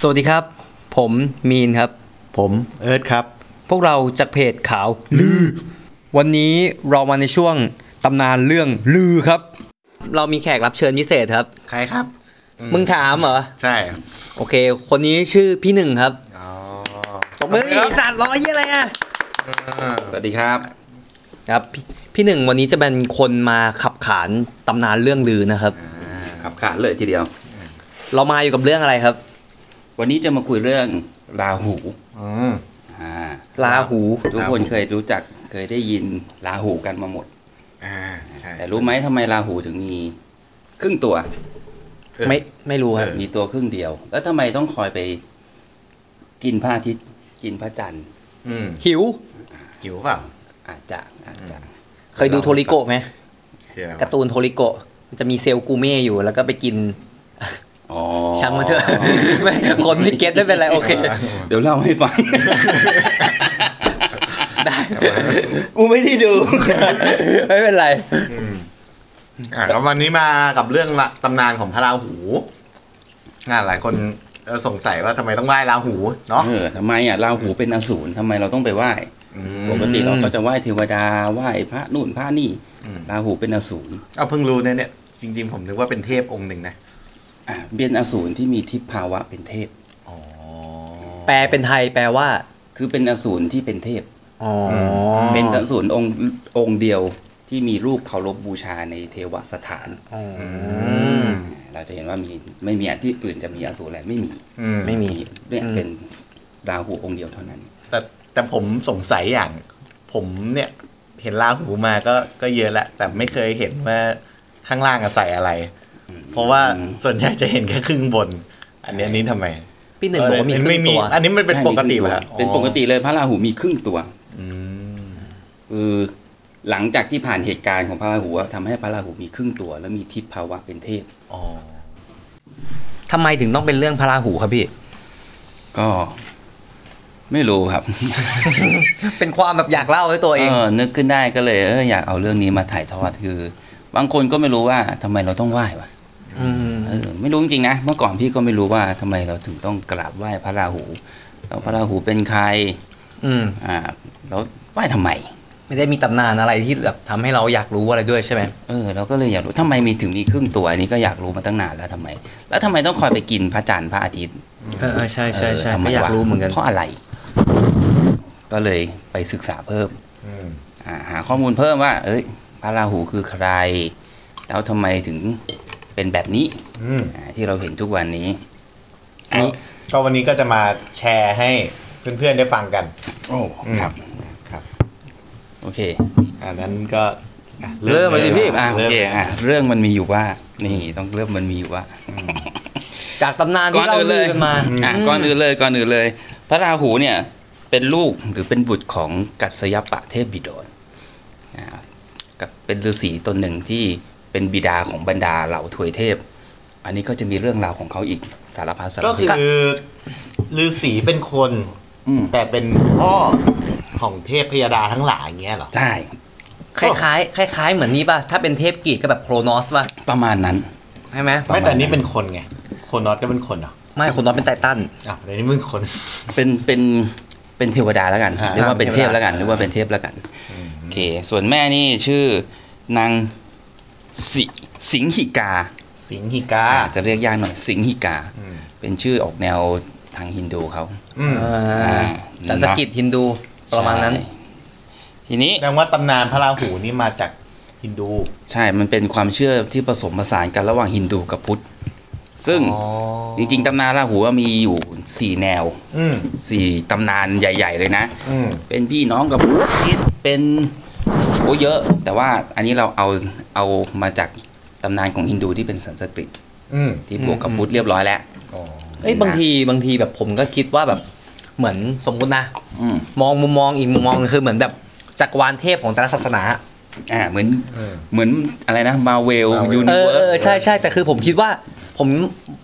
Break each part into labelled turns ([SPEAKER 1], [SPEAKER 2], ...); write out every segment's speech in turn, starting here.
[SPEAKER 1] สวัสดีครับ ผมมีนครับ
[SPEAKER 2] ผมเอิร์ธครับ
[SPEAKER 1] พวกเราจากเพจข่าว ลือ วันนี้เรามาในช่วงตำนานเรื่องลือครับ เรามีแขกรับเชิญพิเศษครับ
[SPEAKER 3] ใครครับ
[SPEAKER 1] มึงถามเหรอ
[SPEAKER 3] ใช่
[SPEAKER 1] โอเค คนนี้ชื่อพี่หนึ่งครับ
[SPEAKER 3] อ๋อ
[SPEAKER 1] ตบมือดิสัตว์ร้อยยี่อะไรอ่ะ
[SPEAKER 3] สวัสดีครับ
[SPEAKER 1] ครับพี่พี่หนึ่งวันนี้จะเป็นคนมาขับขานตำนานเรื่องลือนะครับ
[SPEAKER 4] ครับขาดเลยทีเดียว
[SPEAKER 1] เรามาอยู่กับเรื่องอะไรครับ
[SPEAKER 4] วันนี้จะมาคุยเรื่องราหู
[SPEAKER 2] อืม
[SPEAKER 4] อ่า
[SPEAKER 1] ราหู
[SPEAKER 4] ทุกคนเคยรู้จักเคยได้ยินราหูกันมาหมด
[SPEAKER 3] อ่า ใช่
[SPEAKER 4] แต่รู้ไหมทำไมราหูถึงมีครึ่งตัว
[SPEAKER 1] ไม่ไม่รู้ครับ
[SPEAKER 4] มีตัวครึ่งเดียว แล้วทำไมต้องคอยไปกินพระอาทิตย์กินพระจันทร์
[SPEAKER 2] อืม
[SPEAKER 1] หิว
[SPEAKER 3] จิ๋วเปล่า
[SPEAKER 4] อาจจะอาจจะ
[SPEAKER 1] เคยดูโทริโกะไหม
[SPEAKER 3] คืออะไรวะ
[SPEAKER 1] การ์ตูนโทริโกะมันจะมีเซลล์กูเม่อยู่แล้วก็ไปกิน
[SPEAKER 4] อ๋อ
[SPEAKER 1] ช่างมันเถอะ ไม่คนไม่เก็ตไม่เป็นไร โอ เค
[SPEAKER 4] เดี๋ยวเล่าให้ฟัง ได้ กูไม่ได้ดู
[SPEAKER 1] ไม่เป็นไร
[SPEAKER 2] อ่ะแล้ววันนี้มากับเรื่องละตำนานของพระราหูอ่ะหลายคนเอ่อสงสัยว่าทำไมต้องไหว้ราหูเนาะ
[SPEAKER 4] เออทำไมอ่ะราหูเป็นอสูรทำไมเราต้องไปไหว้ปกติเราก็จะไหว้เทวดาไหว้พระนู่นพระนี่ราหูเป็นอสูร
[SPEAKER 2] เอาเพิ่งรู้เนี่ยเนี่ยจริง ๆ ผมนึกว่าเป็นเทพองค์หนึ่งนะ
[SPEAKER 4] อ่ะเป็นอสูรที่มีทิพภาวะเป็นเทพ
[SPEAKER 1] แปลเป็นไทยแปลว่า
[SPEAKER 4] คือเป็นอสูรที่เป็นเทพ
[SPEAKER 1] อ๋อ
[SPEAKER 4] เป็นอสูรองค์องค์เดียวที่มีรูปเคารพบูชาในเทวสถานเราจะเห็นว่ามีไม่มีอ่ะที่อื่นจะมีอสูรอะไรไม่มี
[SPEAKER 2] อืม
[SPEAKER 1] ไม่มี
[SPEAKER 4] เนี่ยเป็นราหูองค์เดียวเท่านั้น
[SPEAKER 2] แต่แต่ผมสงสัยอย่าง ผมเนี่ย เห็นราหูมาก็ก็เยอะและแต่ไม่เคยเห็นว่าข้างล่างอะใส่อะไร เพราะว่าส่วนใหญ่จะเห็นแค่ครึ่งบน อันเนี้ยนี่ทำไม
[SPEAKER 1] พี่หนึ่งบอกว่ามีครึ่
[SPEAKER 2] ไม่
[SPEAKER 1] ง
[SPEAKER 2] มี
[SPEAKER 1] ตัว
[SPEAKER 2] อันนี้มันเป็น
[SPEAKER 4] ใช่
[SPEAKER 2] ปกติ
[SPEAKER 4] มีครึ่ง
[SPEAKER 2] แล้ว
[SPEAKER 4] วเป็นปกติเลยพระราหูมีครึ่งตัวคือหลังจากที่ผ่านเหตุการณ์ของพระราหูอะทำให้พระราหูมีครึ่งตัว แล้วมีทิพภาวะเป็นเทพ
[SPEAKER 2] อ๋อ
[SPEAKER 1] ทำไมถึงต้องเป็นเรื่องพระราหูครับพี่
[SPEAKER 4] ก็ไม่รู้ครับ
[SPEAKER 1] เป็นความแบบอยากเล่าด้วยตัวเอง
[SPEAKER 4] เออนึกขึ้นได้ก็เลยเอออยากเอาเรื่องนี้มาถ่ายทอดคือ บางคนก็ไม่รู้ว่าทำไมเราต้องไหว้วะ
[SPEAKER 1] อืม
[SPEAKER 4] เออไม่รู้จริงๆนะเมื่อก่อนพี่ก็ไม่รู้ว่าทำไมเราถึงต้องกราบไหว้พระราหูแล้วพระราหูเป็นใคร
[SPEAKER 1] อืม
[SPEAKER 4] อ่าแล้วไหว้ทำไม
[SPEAKER 1] ไม่ได้มีตำนานอะไรที่แบบทำให้เราอยากรู้อะไรด้วยใช่ไหม
[SPEAKER 4] เออเราก็เลยอยากรู้ทำไมมีถึงมีครึ่งตัวอันนี้ก็อยากรู้มาตั้งนานแล้วทำไม แล้วทำไมต้องคอยไปกินพระจันทร์พระอาทิตย์
[SPEAKER 1] เออเออใช่ใช่ใช่
[SPEAKER 4] ทำไม
[SPEAKER 1] ก็อยากรู้เหมือนกัน
[SPEAKER 4] เพราะอะไร ก็เลยไปศึกษาเพิ่มอ่าหาข้อมูลเพิ่มว่า เอ้ยพระราหูคือใคร แล้วทำไมถึงเป็นแบบนี้
[SPEAKER 2] อืม
[SPEAKER 4] อ่าที่เราเห็นทุกวันนี้
[SPEAKER 2] ก็ก็วันนี้ก็จะมาแชร์ให้เพื่อนๆได้ฟังกัน
[SPEAKER 4] โอ้
[SPEAKER 2] ครับ
[SPEAKER 4] โอเค
[SPEAKER 2] อันนั้นก็อ่ะ
[SPEAKER 1] เริ่มเลยดิพี่
[SPEAKER 4] อ่าโอ
[SPEAKER 2] ริ่ม
[SPEAKER 4] เคอ่ะเรื่องมันมีอยู่ว่า นี่ต้องเริ่มมันมีอยู่ว่า
[SPEAKER 1] จากตำนาน
[SPEAKER 4] ก่
[SPEAKER 1] ที่
[SPEAKER 4] อน
[SPEAKER 1] เรา
[SPEAKER 4] อื่นเล
[SPEAKER 1] ลือย กันมา
[SPEAKER 4] อ่ะก่อนอื่นเลยก่อนอื่นเลย พระราหูเนี่ยเป็นลูกหรือเป็นบุตรของกัสยปะเทพบิดรอ่ากับเป็นฤาษีตนหนึ่งที่เป็นบิดาของบรรดาเหล่าทวยเทพ อันนี้ก็จะมีเรื่องราวของเขาอีกสารพัดสาร
[SPEAKER 2] ก็
[SPEAKER 4] พิ
[SPEAKER 2] คื
[SPEAKER 4] ด
[SPEAKER 2] อฤาษีเป็นคน
[SPEAKER 4] ม
[SPEAKER 2] แต่เป็นพ่อของเทพพยดาทั้งหลายอย่างเงี้ยเหรอ
[SPEAKER 4] ใช่
[SPEAKER 1] คล้ายๆคล้ายๆ เหมือนนี้ป่ะ ถ้าเป็นเทพกรีกก็แบบโครนอสป่ะ
[SPEAKER 4] ประมาณนั้น
[SPEAKER 1] ใช่ไหม
[SPEAKER 2] ไม่แต่นี่เป็นคนไง คนนอตก็เป็นคนเหรอ
[SPEAKER 1] ไม่โครนอสเป็นไททัน
[SPEAKER 2] อ่ะแต่นี่มึงคน
[SPEAKER 4] เป็นเป็นเป็นเทวดาแล้วกัน
[SPEAKER 2] อ่า
[SPEAKER 4] เรียกว่าเป็น
[SPEAKER 1] เป็น
[SPEAKER 4] เท
[SPEAKER 1] เท
[SPEAKER 4] พ
[SPEAKER 1] วดา
[SPEAKER 4] แล้วกันเรียกว่าเป็นเทพแล้วกันโอเค ส่วนแม่นี่ชื่อนางสิสิงหิกา
[SPEAKER 2] สิงหิกา
[SPEAKER 4] อาจจะเรียกยากหน่อยสิงหิกา
[SPEAKER 2] อืม
[SPEAKER 4] เป็นชื่อออกแนวทางฮินดูเขา
[SPEAKER 2] อืม
[SPEAKER 4] อ่า
[SPEAKER 1] สันสกิตฮินดู
[SPEAKER 4] ใช่
[SPEAKER 1] ประมาณนั้น
[SPEAKER 4] ทีนี้
[SPEAKER 2] แสดงว่าตำนานพระราหูนี่มาจากฮินดู
[SPEAKER 4] ใช่มันเป็นความเชื่อที่ผสมผสานกันระหว่างฮินดูกับพุทธ ซึ่ง
[SPEAKER 2] อ๋อ
[SPEAKER 4] จริงๆตำนานราหูมีอยู่สี่แนว
[SPEAKER 2] อืม
[SPEAKER 4] สี่ตำนานใหญ่ ๆ เลยนะ
[SPEAKER 2] อืม
[SPEAKER 4] เป็นพี่น้องกับพุทธคิดเป็นโอ้เยอะ แต่ว่าอันนี้เราเอาเอามาจากตำนานของฮินดูที่เป็นสันสกฤต
[SPEAKER 2] อืม
[SPEAKER 4] ที่บวกกับพุทธเรียบร้อยแล้ว
[SPEAKER 2] อ๋อ
[SPEAKER 1] เอ้ย
[SPEAKER 4] นะ
[SPEAKER 1] บางทีบางทีแบบผมก็คิดว่าแบบเหมือนสมมตินะ
[SPEAKER 4] อืม
[SPEAKER 1] มองมุมมองอีกมุมมองหนึ่งคือเหมือนแบบจักรวาลเทพของแต่ละศาสนา
[SPEAKER 4] อ่าเหมือน
[SPEAKER 2] อืม
[SPEAKER 4] เหมือนอะไรนะมาเวล
[SPEAKER 2] Marvel
[SPEAKER 4] ยู
[SPEAKER 1] เอ
[SPEAKER 4] นิ
[SPEAKER 1] อ
[SPEAKER 4] เวิ
[SPEAKER 1] เออ
[SPEAKER 4] ร์
[SPEAKER 1] ใช่ใช่แต่คือผมคิดว่าผม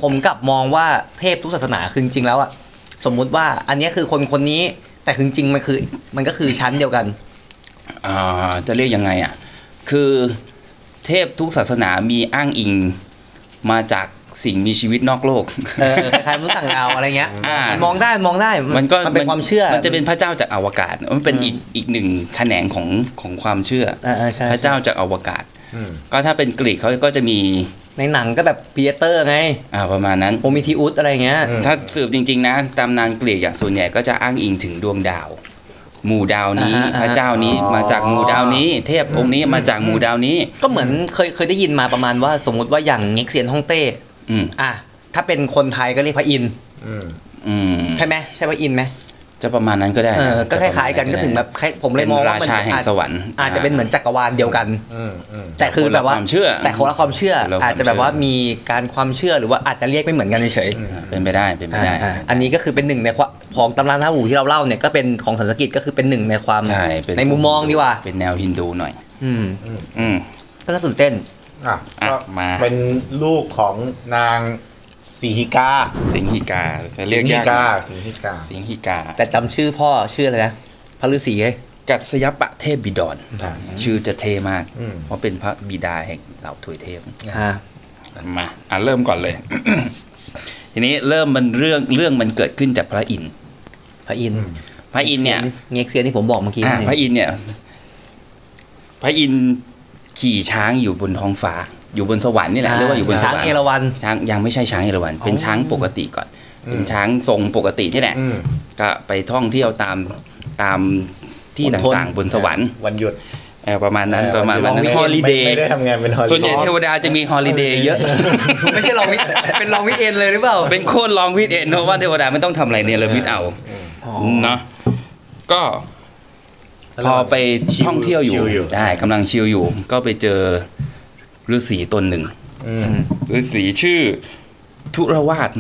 [SPEAKER 1] ผมกลับมองว่าเทพทุกศาสนาคือจริงๆแล้วอะสมมุติว่าอันเนี้ยคือคนคนนี้แต่คือจริงๆมันคือมันก็คือชั้นเดียวกัน
[SPEAKER 4] สจะเรียกยังไงอ่ะ คือเทพทุกศาสนามีอ้างอิงมาจาก สิ่งมีชีวิตนอกโล ก
[SPEAKER 1] เออคล้ายๆมนุษย์ต่างดาวอะไรเงี้ย
[SPEAKER 4] อ่ามั
[SPEAKER 1] นมองได้มันมองได้
[SPEAKER 4] มันก็
[SPEAKER 1] มันเป็นความเชื่อ
[SPEAKER 4] มันจะเป็นพระเจ้าจากอวกาศ มันเป็นอีกอีกหนึ่งแขนงของของความเชื่อ
[SPEAKER 1] อ่าๆใช่
[SPEAKER 4] พระเจ้าจากอวกาศ ก็ถ้าเป็นกรีกเขาก็จะมี
[SPEAKER 1] ในหนังก็แบบพีเตอร์ไง
[SPEAKER 4] อ่าประมาณนั้น
[SPEAKER 1] โอมิทิอุสอะไรเงี้ย
[SPEAKER 4] ถ้าสืบจริงๆนะตำนานกรีกอ่ะส่วนใหญ่ก็จะอ้างอิงถึงดวงดาว หมู่ดาวนี้
[SPEAKER 1] อ่าฮะ
[SPEAKER 4] พระเจ้านี้มาจากหมู่ดาวนี้ เทพองค์นี้มาจากหมู่ดาวนี้
[SPEAKER 1] ก็เหมือนเคยเคยได้ยินมาประมาณว่าสมมติว่าอย่างเง็กเซียนฮ่องเต้
[SPEAKER 4] อืม
[SPEAKER 1] อ่ะถ้าเป็นคนไทยก็เรียกพระอินทร์
[SPEAKER 4] อืม
[SPEAKER 1] ใช่ไหมใช่พระอินทร์ไหม
[SPEAKER 4] จะประมาณนั้นก็ได้นะ
[SPEAKER 1] เออก็ค
[SPEAKER 4] จะประมณ
[SPEAKER 1] ล้ายๆกันก็ถึงแบบคล้ายผมเลย
[SPEAKER 4] เป็
[SPEAKER 1] ม
[SPEAKER 4] น
[SPEAKER 1] อง
[SPEAKER 4] รา
[SPEAKER 1] ว่ามัน
[SPEAKER 4] ชาแห่ง
[SPEAKER 1] อาจ
[SPEAKER 4] สวรรค์
[SPEAKER 1] อาจจะเป็นเหมือนจักรวาลเดียวกัน
[SPEAKER 2] อืมอืม
[SPEAKER 1] แต่คือแบบว่า
[SPEAKER 4] นละความเชื่อ
[SPEAKER 1] แต่คนละความเชื่อ
[SPEAKER 4] คนละความ
[SPEAKER 1] อาจจะแบบว่ามีการความเชื่อหรือว่าอาจจะเรียกไม่เหมือนกันเฉยๆ
[SPEAKER 4] เป็นไปได้เป็นไปได้
[SPEAKER 1] อ่าอันนี้ก็คือเป็นหนึ่งในความของตำราหน้าหูที่เราเล่าเนี่ยก็เป็นของสันสกฤตก็คือเป็นหนึ่งในความ
[SPEAKER 4] ใช่เป็น
[SPEAKER 1] มุมมองดีกว่า
[SPEAKER 4] เป็นแนวฮินดูหน่อย
[SPEAKER 1] อืม
[SPEAKER 4] อืม
[SPEAKER 1] ก็น่าตื่นเต้น
[SPEAKER 2] อ่ะ
[SPEAKER 4] อ่ะ
[SPEAKER 2] ก็
[SPEAKER 4] มา
[SPEAKER 2] เป็นลูกของนางสีฮิกา
[SPEAKER 4] สิงหิกาจะเรียก
[SPEAKER 2] สิง
[SPEAKER 4] ยา
[SPEAKER 2] หิ
[SPEAKER 4] กหน่
[SPEAKER 2] กา
[SPEAKER 4] อย
[SPEAKER 2] สิงหิกา
[SPEAKER 4] สิงหิกา
[SPEAKER 1] แต่จำชื่อพ่อชื่ออะไรนะพระฤาษีเอ้ย
[SPEAKER 4] กัสยปะเทพบิดร
[SPEAKER 2] ครับ
[SPEAKER 4] ชื่อจะเท่มาก
[SPEAKER 2] อืม
[SPEAKER 4] เพราะเป็นพระบิดาแห่งเหล่าถวยเทพ
[SPEAKER 1] อ่า
[SPEAKER 4] มา อ่ะเริ่มก่อนเลย ทีนี้เริ่มมันเรื่องเรื่องมันเกิดขึ้นจากพระอินทร์
[SPEAKER 1] พระอินทร์
[SPEAKER 4] พระอินทร์เนี่ย
[SPEAKER 1] เง็กเซียนที่ผมบอกเมื่อกี้
[SPEAKER 4] อ่ะ
[SPEAKER 1] นี่
[SPEAKER 4] พระอินทร์เนี่ย พระอินทร์ขี่ช้างอยู่บนท้องฟ้า อยู่บนสวรรค์นี่แหละเรียกว่าอยู่บนส
[SPEAKER 1] ช้าง
[SPEAKER 4] วรร
[SPEAKER 1] เอ
[SPEAKER 4] ค์
[SPEAKER 1] ราวัณ
[SPEAKER 4] ช้างยังไม่ใช่ช้างเอราวัณเป็นช้างปกติก่อน เป็นช้างทรงปกตินี่แหละ
[SPEAKER 2] อืม
[SPEAKER 4] ก็ไปท่องเที่ยวตามตามที่
[SPEAKER 1] อดทน
[SPEAKER 4] ต่างๆบนสวรรค์
[SPEAKER 2] วันหยุด
[SPEAKER 4] เออประมาณนั้นประมาณ
[SPEAKER 2] เออ
[SPEAKER 4] วันนั้นฮอลิเดย์
[SPEAKER 2] ไม่ได้ทำงานเป็นฮอลิเดย์
[SPEAKER 4] ส่วนใหญ่เทวดาจะมีฮอลิเดย์เยอะ
[SPEAKER 1] ไม่ใช่ลองวิเป็นลองวิเอ็นเลยหรือเปล่า
[SPEAKER 4] เป็นโคตรลองวิทย์เอ็นเพราะว่าเทวดาไม่ต้องทำอะไรเนี่ยเราวิทย์เอาเนาะก็พอไปท่องเที่ยวอ
[SPEAKER 2] ชิ
[SPEAKER 4] ยู่
[SPEAKER 2] ลอยู่
[SPEAKER 4] ได้กำลังชิลอยู่ ก็ไปเจอฤาษีตนหนึ่ง
[SPEAKER 2] อืม
[SPEAKER 4] ฤาษีชื่อธุรวาท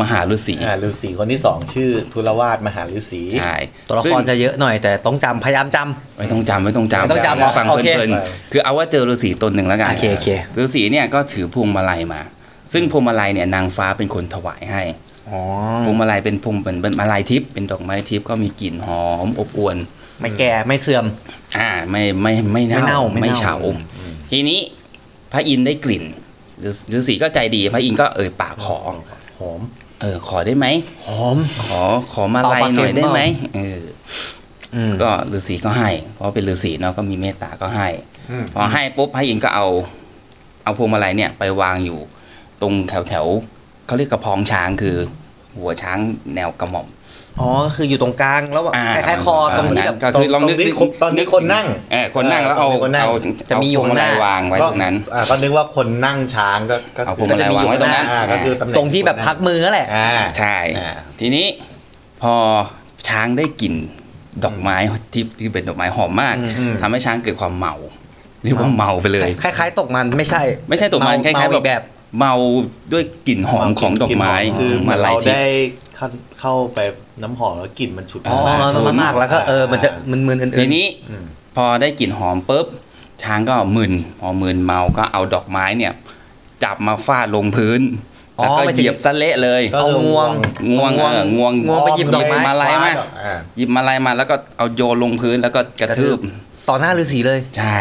[SPEAKER 4] มหาฤาษี
[SPEAKER 2] อ่าฤาษีคนที่สองชื่อทุลวาดมหาฤาษี
[SPEAKER 4] ใช่
[SPEAKER 1] ตัวละคร
[SPEAKER 4] ซึ่ง
[SPEAKER 1] จะเยอะหน่อยแต่ต้องจำพยายามจำ
[SPEAKER 4] ไม่ต้องจำไม่ต้องจำ
[SPEAKER 1] ไม่ต้องจำ
[SPEAKER 4] เาฟัง
[SPEAKER 1] โอเค
[SPEAKER 4] เพลินๆคือเอาว่าเจอฤาษีตนหนึ่งแล้วกัน
[SPEAKER 1] โอเคโอเค
[SPEAKER 4] ฤาษีเนี่ยก็ถือพวงมาลัยมา ซึ่งพวงมาลัยเนี่ยนางฟ้าเป็นคนถวายให้
[SPEAKER 1] อ๋อ
[SPEAKER 4] พวงมาลัยเป็นพวงเหมือนเป็นมาลัยทิพย์เป็นดอกไม้ทิพย์ก็มีกลิ่นหอมอบอวน
[SPEAKER 1] ไม่แก่ไม่เสื่อม
[SPEAKER 4] อ่าไม่ไม่ไม่
[SPEAKER 1] ไม่เน่า
[SPEAKER 4] เน่า
[SPEAKER 1] ไม่เน่า
[SPEAKER 4] เฉาทีนี้พระอินทร์ได้กลิ่นฤาษีก็ใจดี พระอินทร์ก็เอ่ยปากขอ
[SPEAKER 2] หอม
[SPEAKER 4] เออขอได้ไหม
[SPEAKER 1] หอม
[SPEAKER 4] ขอขอมาลัยหน่อยได้ไหมเออ
[SPEAKER 1] อืม
[SPEAKER 4] ก็ฤาษีก็ให้ เพราะเป็นฤาษีเนาะก็มีเมตตาก็ให้ พอให้ปุ๊บพระอินทร์ก็เอา เอาพวงมาลัยเนี่ยไปวางอยู่ ตรงแถวแถวๆเขาเรียกกระพองช้างคือ หัวช้างแนวกระหม่อม
[SPEAKER 1] อ๋อคืออยู่ตรงกลางแล้วแบบคล้ายๆคอตรงที่แบบ
[SPEAKER 4] ก็คือลองนึก
[SPEAKER 2] ตรงนี้คนตอนนี้คนนั่ง
[SPEAKER 4] เออคนนั่งแล้วเอา
[SPEAKER 2] ตรงนี้คนนั่ง
[SPEAKER 4] เอา
[SPEAKER 1] จะมีอยู่
[SPEAKER 4] เาพวงมาลัย
[SPEAKER 1] ข้างหน้า
[SPEAKER 4] วางไว้ตรงนั้น
[SPEAKER 2] อ่าก็นึกว่าคนนั่งช้างก็ก็
[SPEAKER 4] เอาพวงมาลัยวางไว้ตรงนั้น
[SPEAKER 2] อ่าก็คือตำแหน่ง
[SPEAKER 1] ตรงที่แบบพักมือนั่นแหละ
[SPEAKER 2] อ่า
[SPEAKER 4] ใช่
[SPEAKER 2] อ่า
[SPEAKER 4] ทีนี้พอช้างได้กลิ่นดอกไม้ที่ที่เป็นดอกไม้หอมมากทำให้ช้างเกิดความเมาเรียกว่าเมาไปเลย
[SPEAKER 1] คล้ายๆตกมันไม่ใช่
[SPEAKER 4] ไม่ใช่ตกมัน
[SPEAKER 1] เ
[SPEAKER 4] คล้ายๆ
[SPEAKER 1] เมอีกแบบ
[SPEAKER 4] เมาด้วยกลิ่นหอมของดอกไม้
[SPEAKER 2] คือเหมือน
[SPEAKER 4] ลั
[SPEAKER 2] เรา
[SPEAKER 4] ยทิพ
[SPEAKER 2] ได้
[SPEAKER 4] ย์
[SPEAKER 2] เข้าเข้าไปน้ำหอมแล้วกลิ่นมันฉุด
[SPEAKER 1] อ๋อ
[SPEAKER 2] มา
[SPEAKER 1] มันมามากแล้วก็เออมันจะมันมืนๆอื่นๆ
[SPEAKER 4] ทีนี้พอได้กลิ่นหอมปุ๊บช้างก็มึนพอมึนเมาก็เอาดอกไม้เนี่ย จับมาฟาดลงพื้น
[SPEAKER 1] อ๋อ
[SPEAKER 4] แล้วก็
[SPEAKER 1] หมายถึ
[SPEAKER 4] เห
[SPEAKER 1] ง
[SPEAKER 4] ยียบซะเละเลย
[SPEAKER 2] ก็
[SPEAKER 1] เอางวง
[SPEAKER 4] งวงเอองวง
[SPEAKER 1] งวงไปหยิบดอกไม้
[SPEAKER 4] มาลัยมา
[SPEAKER 2] อ่า
[SPEAKER 4] หยิบมาลัยมาแล้วก็เอาโยนลงพื้นแล้วก็กระทืบ
[SPEAKER 1] ต่อหน้าฤาษี เลย
[SPEAKER 4] ใช่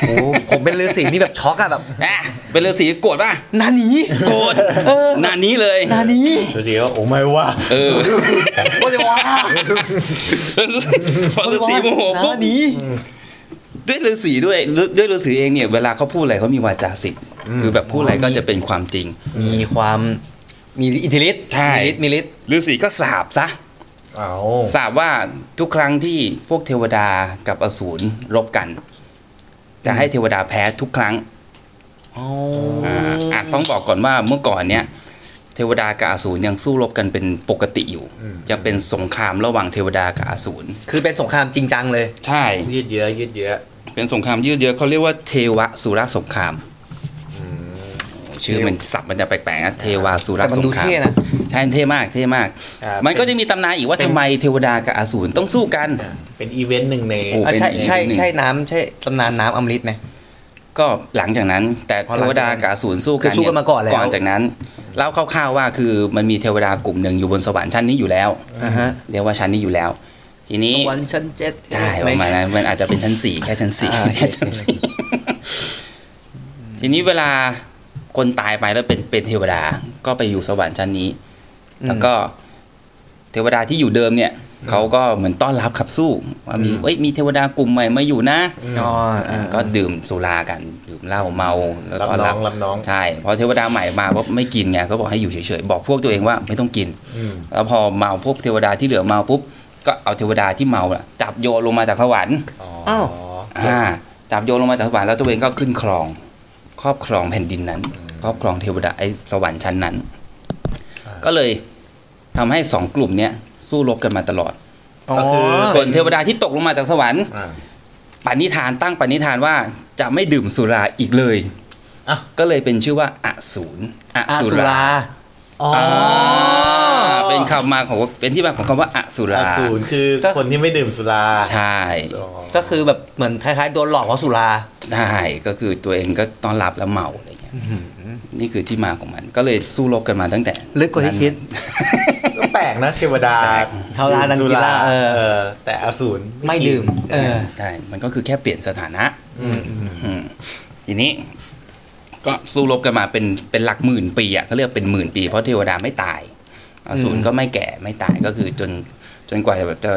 [SPEAKER 1] โอ้ผมเป็นฤาษีนี่แบบช็อกอะแบบ
[SPEAKER 4] อ่ะเป็นฤาษีโกรธป่ะ
[SPEAKER 1] หนาหนี
[SPEAKER 4] โกรธ
[SPEAKER 1] เออ
[SPEAKER 4] หน้านี้เลย
[SPEAKER 1] หนาหนี
[SPEAKER 2] ดูสิว่าโอ้ไม่ว่า
[SPEAKER 4] เอ อ
[SPEAKER 1] ว่าจะว่า
[SPEAKER 4] พอฤาษีโมโห
[SPEAKER 1] ห
[SPEAKER 4] ปุ๊บ
[SPEAKER 1] นาหนี
[SPEAKER 4] ด้วยฤาษีด้วยด้วยฤาษีเองเนี่ยเวลาเขาพูดอะไรเขามีวาจาสิทธิ์คือแบบพูดอะไรก็จะเป็นความจริง
[SPEAKER 1] มีความมีอิทธิฤทธิ์
[SPEAKER 4] ใช่
[SPEAKER 1] มีฤทธิ์มีฤทธิ์
[SPEAKER 4] ฤาษีก็สาบซะ
[SPEAKER 2] เอา
[SPEAKER 4] สาบว่าทุกครั้งที่พวกเทวดากับอสูรรบกัน จะให้เทวดาแพ้ทุกครั้ง
[SPEAKER 1] อ๋อ
[SPEAKER 4] อ่าอ่ะต้องบอกก่อนว่าเมื่อก่อนเนี่ย เทวดากับอสูรยังสู้รบกันเป็นปกติอยู่ จะเป็นสงครามระหว่างเทวดากับอสูร
[SPEAKER 1] คือเป็นสงครามจริงจังเลย
[SPEAKER 4] ใช่
[SPEAKER 2] ยืดเยื้อยืดเยื้อ
[SPEAKER 4] เป็นสงครามยืดเยื้อเขาเรียกว่าเทวสุรสงครามชื่อมันสับมันจะแปลกๆนะเทวาสุร
[SPEAKER 1] แต่มัน
[SPEAKER 4] สง
[SPEAKER 1] ดู
[SPEAKER 4] คราม
[SPEAKER 1] เท่นะ
[SPEAKER 4] ใช่เท่มากเท่มาก
[SPEAKER 2] อ่า
[SPEAKER 4] มันก็จะมีตำนานอีกว่าทำไมเทวดากับอสูรต้องสู้กัน
[SPEAKER 2] เป็นอีเวนต์หนึ่งใน
[SPEAKER 4] โอ้
[SPEAKER 1] อ่ะใช่
[SPEAKER 4] เป็นอีก
[SPEAKER 1] ใช่
[SPEAKER 4] หนึ่ง
[SPEAKER 1] ใช่น้ำใช่ตำนานน้ำอมฤตไหม
[SPEAKER 4] ก็หลังจากนั้น แต่
[SPEAKER 1] อ๋อ
[SPEAKER 4] เทวดากับอสูรสู้กั
[SPEAKER 1] คื
[SPEAKER 4] น
[SPEAKER 1] อสู้กันมาก่อนแล้ว
[SPEAKER 4] ก่อนจากนั้นเล่าคร่าวๆว่าคือมันมีเทวดากลุ่มหนึ่งอยู่บนสวรรค์ชั้นนี้อยู่แล้ว
[SPEAKER 1] อ่าฮะ
[SPEAKER 4] เรียกว่าชั้นนี้อยู่แล้ว ทีนี้
[SPEAKER 1] วันชั้นเจ็ด
[SPEAKER 4] ใช่ประมาณนั้นมันอาจจะเป็นชั้นสี่แค่ชั้นสี่
[SPEAKER 1] อ่าโอเค
[SPEAKER 4] แค่ชั้นสี่ทีนี้เวลา คนตายไปแล้วเป็นเป็นเทวดาก็ไปอยู่สวรรค์ชั้นนี้ แล้วก็เทวดาที่อยู่เดิมเนี่ยเขาก็เหมือนต้อนรับขับสู้ว่ามีเอ้ยมีเทวดากลุ่มใหม่มาอยู่นะ
[SPEAKER 1] อ๋ออ่า
[SPEAKER 4] ก็ดื่มสุรากันดื่มเหล้าเมาแล้ว
[SPEAKER 2] รับ
[SPEAKER 4] ต้อน
[SPEAKER 2] น้
[SPEAKER 4] รั
[SPEAKER 2] อบ งรับน้อง
[SPEAKER 4] ใช่พอเทวดาใหม่มาปุ๊บไม่กินไงก็บอกให้อยู่เฉยๆบอกพวกตัวเองว่าไม่ต้องกินแล้วพอเมาพวกเทวดาที่เหลือเมาปุ๊บก็เอาเทวดาที่เมาน่ะจับโยนลงมาจากสวรรค์
[SPEAKER 1] อ้าว
[SPEAKER 4] อ่าจับโยนลงมาจากสวรรค์แล้วตัวเองก็ขึ้นครอง ครอบครองแผ่นดินนั้น ครอบครองเทวดาไอ้สวรรค์ชั้นนั้น ก็เลยทำให้สองกลุ่มเนี้ยสู้รบกันมาตลอด
[SPEAKER 1] อ๋อ
[SPEAKER 2] ก็คือ
[SPEAKER 4] ส่วนเทวดาที่ตกลงมาจากสวรรค์
[SPEAKER 2] อ่า
[SPEAKER 4] ปณิธานตั้งปณิธานว่าจะไม่ดื่มสุราอีกเลย
[SPEAKER 2] อ้าว
[SPEAKER 4] ก็เลยเป็นชื่อว่าอสูรอ
[SPEAKER 1] อา
[SPEAKER 4] สุ
[SPEAKER 1] สุ
[SPEAKER 4] รา
[SPEAKER 1] ราอ๋อ
[SPEAKER 4] อ่าเป็นคำมาของเป็นที่มาของคำว่าอสุรา
[SPEAKER 2] อสูรคือ
[SPEAKER 1] ก็
[SPEAKER 2] คนที่ไม่ดื่มสุรา
[SPEAKER 4] ใช่
[SPEAKER 2] อ๋อ
[SPEAKER 1] ก็คือแบบเหมือนคล้ายๆโดนหลอกว่าะสุรา
[SPEAKER 4] ใช่ก็คือตัวเองก็ต้อนรับแล้วเมาอะไรเงี้ยนี่คือที่มาของมัน ก็เลยสู้รบกันมาตั้งแต่
[SPEAKER 1] ลึกกว่าที่คิด
[SPEAKER 2] ก็แปลกนะเทวดา
[SPEAKER 1] เทวดาดันกินเหล้าเออ
[SPEAKER 2] เออ แต่อสูร
[SPEAKER 1] ไม่
[SPEAKER 2] กิน
[SPEAKER 1] ดื่ม เออ
[SPEAKER 4] ใช่มันก็คือแค่เปลี่ยนสถานะอืม ทีนี้ ก็สู้รบกันมาเป็นเป็นหลักหมื่นปีอ่ะเขาเรียกเป็นหมื่นปี เพราะเทวดาไม่ตายอสูรก็ไม่แก่ไม่ตายก็คือจนจนกว่าจะแบบจะ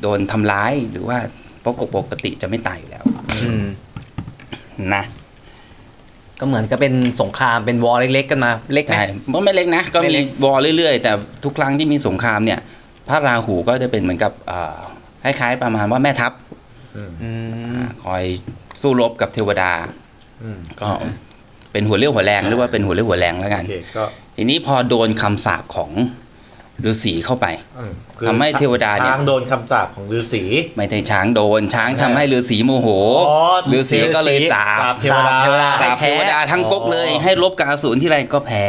[SPEAKER 4] โดนทำร้ายหรือว่าเพราะปกติจะไม่ตายอยู่แล้ว
[SPEAKER 1] อืม
[SPEAKER 4] นะ
[SPEAKER 1] ก็เหมือนกับเป็นสงครามเป็นวอลเล็กๆกันมา เล็กไหม
[SPEAKER 4] ใช่ก็ไม่เล็กนะ ก็
[SPEAKER 1] ไม่
[SPEAKER 4] มี
[SPEAKER 1] เล็ก
[SPEAKER 4] วอเรื่อยๆ แต่ทุกครั้งที่มีสงครามเนี่ย พระราหูก็จะเป็นเหมือนกับเอ่อคล้ายๆประมาณว่าแม่ทัพ
[SPEAKER 1] อืม
[SPEAKER 4] คอยสู้รบกับเทวดา
[SPEAKER 2] อืม
[SPEAKER 4] ก็เป็นหัวเรี่ยวหัวแรงหรือว่าเป็นหัวเรี่ยวหัวแรงแล้วกั
[SPEAKER 2] โอน เคก็
[SPEAKER 4] ทีนี้พอโดนคำสาปของฤาษีเข้าไป
[SPEAKER 2] อืมคือ
[SPEAKER 4] ทำให้เทวดาเนี่ย
[SPEAKER 2] ช้างโดนคำสาปของฤาษี
[SPEAKER 4] ไม่ใช่ช้างโดน ช้างทำให้ฤาษีโมโห
[SPEAKER 2] อ๋อ
[SPEAKER 4] ฤาษีก็เลยสา
[SPEAKER 2] สา
[SPEAKER 4] ป
[SPEAKER 2] ปเทวดา
[SPEAKER 1] สาปเทวดา
[SPEAKER 4] สาปเทวดาทั้งก๊กเลย
[SPEAKER 2] อ๋อ
[SPEAKER 4] ให้รบกับอสูรที่ไรก็แพ้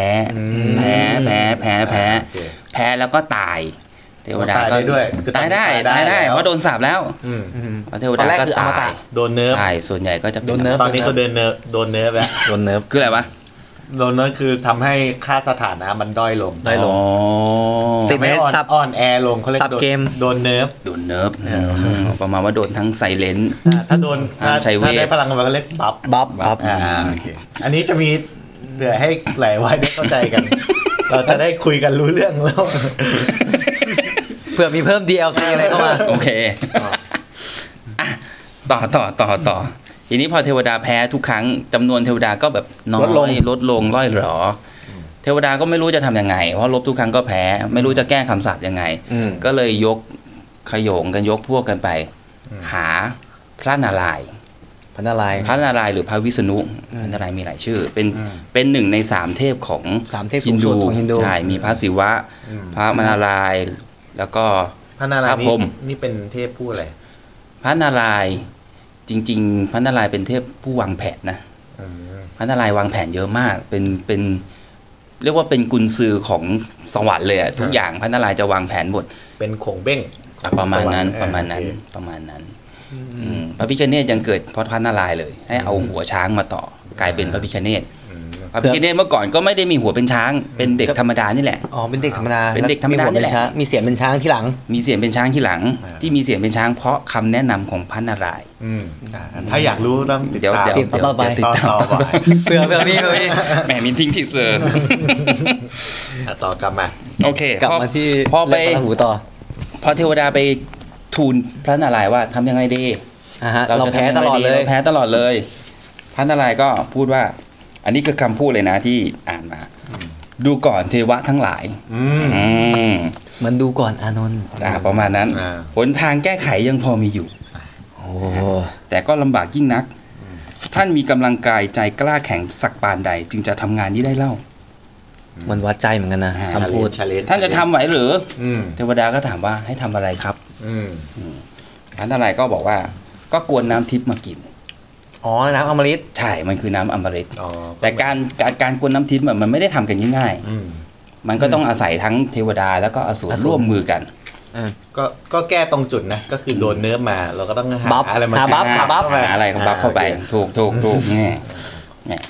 [SPEAKER 4] แพ้แพ้แพ้แพ้
[SPEAKER 2] โอเค
[SPEAKER 4] แพ้แล้วก็ตาย เทวดา
[SPEAKER 2] ตาย
[SPEAKER 4] ก็
[SPEAKER 2] ได้ด้วยคือ
[SPEAKER 4] ตายได้
[SPEAKER 2] ตายได้
[SPEAKER 4] ตายได้
[SPEAKER 2] แล้ว
[SPEAKER 4] เพราะโดนสาปแล้ว
[SPEAKER 2] อืม
[SPEAKER 4] เพราะเทว
[SPEAKER 1] ตอ
[SPEAKER 4] ดาน
[SPEAKER 1] แรก
[SPEAKER 4] ก็
[SPEAKER 1] คืออมตะ
[SPEAKER 4] ตาย
[SPEAKER 2] โดนเนิร์ฟ
[SPEAKER 4] ใช่ส่วนใหญ่ก็จะป็
[SPEAKER 1] โดนเนิร์ฟ
[SPEAKER 2] ตอนนี้เขาเดินเนิร์ฟโดนเนิร์ฟแล้ว
[SPEAKER 1] โดนเนิร์ฟ
[SPEAKER 4] คืออะไรวะ
[SPEAKER 2] โดนเนิร์ฟคือทำให้ค่าสถานะมันด้อยลง
[SPEAKER 1] ด้อยลง
[SPEAKER 4] อ๋อ
[SPEAKER 1] ติดไหม
[SPEAKER 2] ทำให้อ่อน
[SPEAKER 1] ซับ
[SPEAKER 2] อ่อนแอลงเขาเรียก
[SPEAKER 1] ซับ
[SPEAKER 2] โดน
[SPEAKER 1] เกม
[SPEAKER 2] โดนเนิร์ฟ
[SPEAKER 4] โดนเนิร์ฟประมาณว่าโดนทั้งไซเลน
[SPEAKER 2] อ่าถ้าโดน
[SPEAKER 4] อ่า
[SPEAKER 2] ถ้า
[SPEAKER 4] ชัยเวท
[SPEAKER 2] ถ้าได้พลังมันก็เรียกบัฟ
[SPEAKER 1] บ๊อบบ๊อบ
[SPEAKER 2] อ่าโอเคอันนี้จะมีเดี๋ยวให้หลายวัย ได้เข้าใจกัน เราจะได้คุยกันรู้เรื่องแล้ว
[SPEAKER 1] เผื่อมีเพิ่ม DLC อะไรเข้ามา
[SPEAKER 4] โอเคอ่ะต่อต่อต่อต่อทีนี้พอเทวดาแพ้ทุกครั้งจำนวนเทวดาก็แบบน้อ
[SPEAKER 1] ลดลง
[SPEAKER 4] ยลดลงร่อยหรออเทวดาก็ไม่รู้จะทำยังไง เพราะลบทุกครั้งก็แพ้ ไม่รู้จะแก้คำสาปยังไง ก็เลยยกขโยงกันยกพวกกันไป หาพระนารายณ์
[SPEAKER 1] พันอะไรายณ์
[SPEAKER 4] พระนารายณ์หรือพระวิษณุพระนารายณ์มีหลายชื่อ เป็นเป็นหนึ่งในสามเทพของ
[SPEAKER 1] สามเทพ
[SPEAKER 4] ฮิ
[SPEAKER 1] สู
[SPEAKER 4] น
[SPEAKER 1] ง
[SPEAKER 4] ดู
[SPEAKER 1] สุดของฮินดู
[SPEAKER 4] ใช่มีพระศิวะ พระมนารายณ์แล้วก็
[SPEAKER 2] พระนารายณ์
[SPEAKER 4] พระพร
[SPEAKER 2] นี่
[SPEAKER 4] หม
[SPEAKER 2] นี่เป็นเทพผู้อะไร
[SPEAKER 4] พระนารายณ์จริง ๆ พระนารายณ์เป็นเทพผู้วางแผนนะ
[SPEAKER 2] อืม
[SPEAKER 4] พระนารายณ์วางแผนเยอะมาก เป็นเป็นเรียกว่าเป็นกุญซือของสวรรค์เลยอะทุกอย่างพระนารายณ์จะวางแผนหมด
[SPEAKER 2] เป็นโขงเบ้ง
[SPEAKER 4] อะประมาณนั้น
[SPEAKER 2] ของสว
[SPEAKER 4] ป
[SPEAKER 2] ค
[SPEAKER 4] ระมาณนั้น
[SPEAKER 2] โอเค
[SPEAKER 4] ประมาณนั้นอืมพระพิคเนตยังเกิดเพราะพระนารายณ์เลย ให้เอาหัวช้างมาต่อกลายเป็นพระพิคเนต
[SPEAKER 2] อืม
[SPEAKER 4] พระพิคเนตเมื่อก่อนก็ไม่ได้มีหัวเป็นช้าง เป็นเด็กธรรมดานี่แหละ
[SPEAKER 1] อ๋อ เป็นเด็กธรรมดา
[SPEAKER 4] เป็นเด็กธรรมดานี่แหละ
[SPEAKER 1] มีวเป็นช้างมีเสียงเป็นช้างที่หลัง
[SPEAKER 4] มีเสียงเป็นช้างที่หลัง ที่มีเสียงเป็นช้างเพราะคำแนะนำของพระนารายณ์
[SPEAKER 2] อืมถ้าอยากรู้ต้องติด
[SPEAKER 4] เดี๋ยว
[SPEAKER 2] ตาม
[SPEAKER 4] เดี๋ยว
[SPEAKER 1] ติดตามต่อไป
[SPEAKER 4] ติดตาม
[SPEAKER 2] ต่อ
[SPEAKER 4] ต่อ
[SPEAKER 2] ไป
[SPEAKER 4] ไป
[SPEAKER 1] เผื่อเผื่อมีเผื่อมี
[SPEAKER 4] แหมมีทิ้งทีเซอร์
[SPEAKER 2] อ่ะต่อกลับมา
[SPEAKER 4] โอเค
[SPEAKER 1] กลับ
[SPEAKER 4] พอ
[SPEAKER 1] มาที่
[SPEAKER 4] พอไป
[SPEAKER 1] เรื่องพระราหูต่อ
[SPEAKER 4] พอเทวดาไปทูลพระนารายณ์ว่าทำยังไงดี
[SPEAKER 1] อ่ะฮะเรา
[SPEAKER 4] จะ
[SPEAKER 1] แพ้
[SPEAKER 4] ทำยัง
[SPEAKER 1] ตลอด
[SPEAKER 4] ไงดี
[SPEAKER 1] เลย
[SPEAKER 4] ราแพ้ตลอดเลย พระนารายณ์ก็พูดว่า อันนี้คือคำพูดเลยนะที่อ่านมา ดูก่อนเทวะทั้งหลาย
[SPEAKER 2] อืม
[SPEAKER 4] อืม
[SPEAKER 1] เหมือนดูก่อนอานนท์
[SPEAKER 4] อ่าประมาณนั้น
[SPEAKER 2] อ่า
[SPEAKER 4] หนทางแก้ไขยังพอมีอยู่
[SPEAKER 1] โอ้
[SPEAKER 4] แต่ก็ลำบากยิ่งนัก ท่านมีกำลังกายใจกล้าแข็งสักปานใด จึงจะทำงานนี้ได้เล่า
[SPEAKER 1] มันวัดใจเหมือนกันนะ
[SPEAKER 4] อ่า
[SPEAKER 1] คำพูด
[SPEAKER 2] ชเลน
[SPEAKER 4] ท่านจะทำไหวหรือ
[SPEAKER 2] อืม
[SPEAKER 4] เทวดาก็ถามว่าให้ทำอะไรครับ
[SPEAKER 2] อืม
[SPEAKER 4] อันตรายก็บอกว่า ก็กวนน้ำทิพย์มากิน
[SPEAKER 1] อ๋อ น้ำอมฤต
[SPEAKER 4] ใช่ มันคือน้ำอมฤต
[SPEAKER 2] อ๋อ
[SPEAKER 4] แต่การการการกวนน้ำทิพย์อะมันไม่ได้ทำกันง่าย
[SPEAKER 2] อืม
[SPEAKER 4] ๆ มันก็ต้องอาศัยทั้งเทวดาแล้วก็อสูร
[SPEAKER 1] อสูร
[SPEAKER 4] ร่วมมือกัน
[SPEAKER 2] ก็ก็แก้ตรงจุดนะ ก็คือโดนเนื้อมา เราก็ต้องหา
[SPEAKER 1] บัฟ
[SPEAKER 2] อะไรมา
[SPEAKER 1] หาบัฟ
[SPEAKER 2] กิน
[SPEAKER 1] อ่ะ บัฟ
[SPEAKER 2] เข้ไป
[SPEAKER 4] หาอะไรก็บัฟเข้าไป
[SPEAKER 2] อ่
[SPEAKER 4] ถูกถูกถูกเนี่ย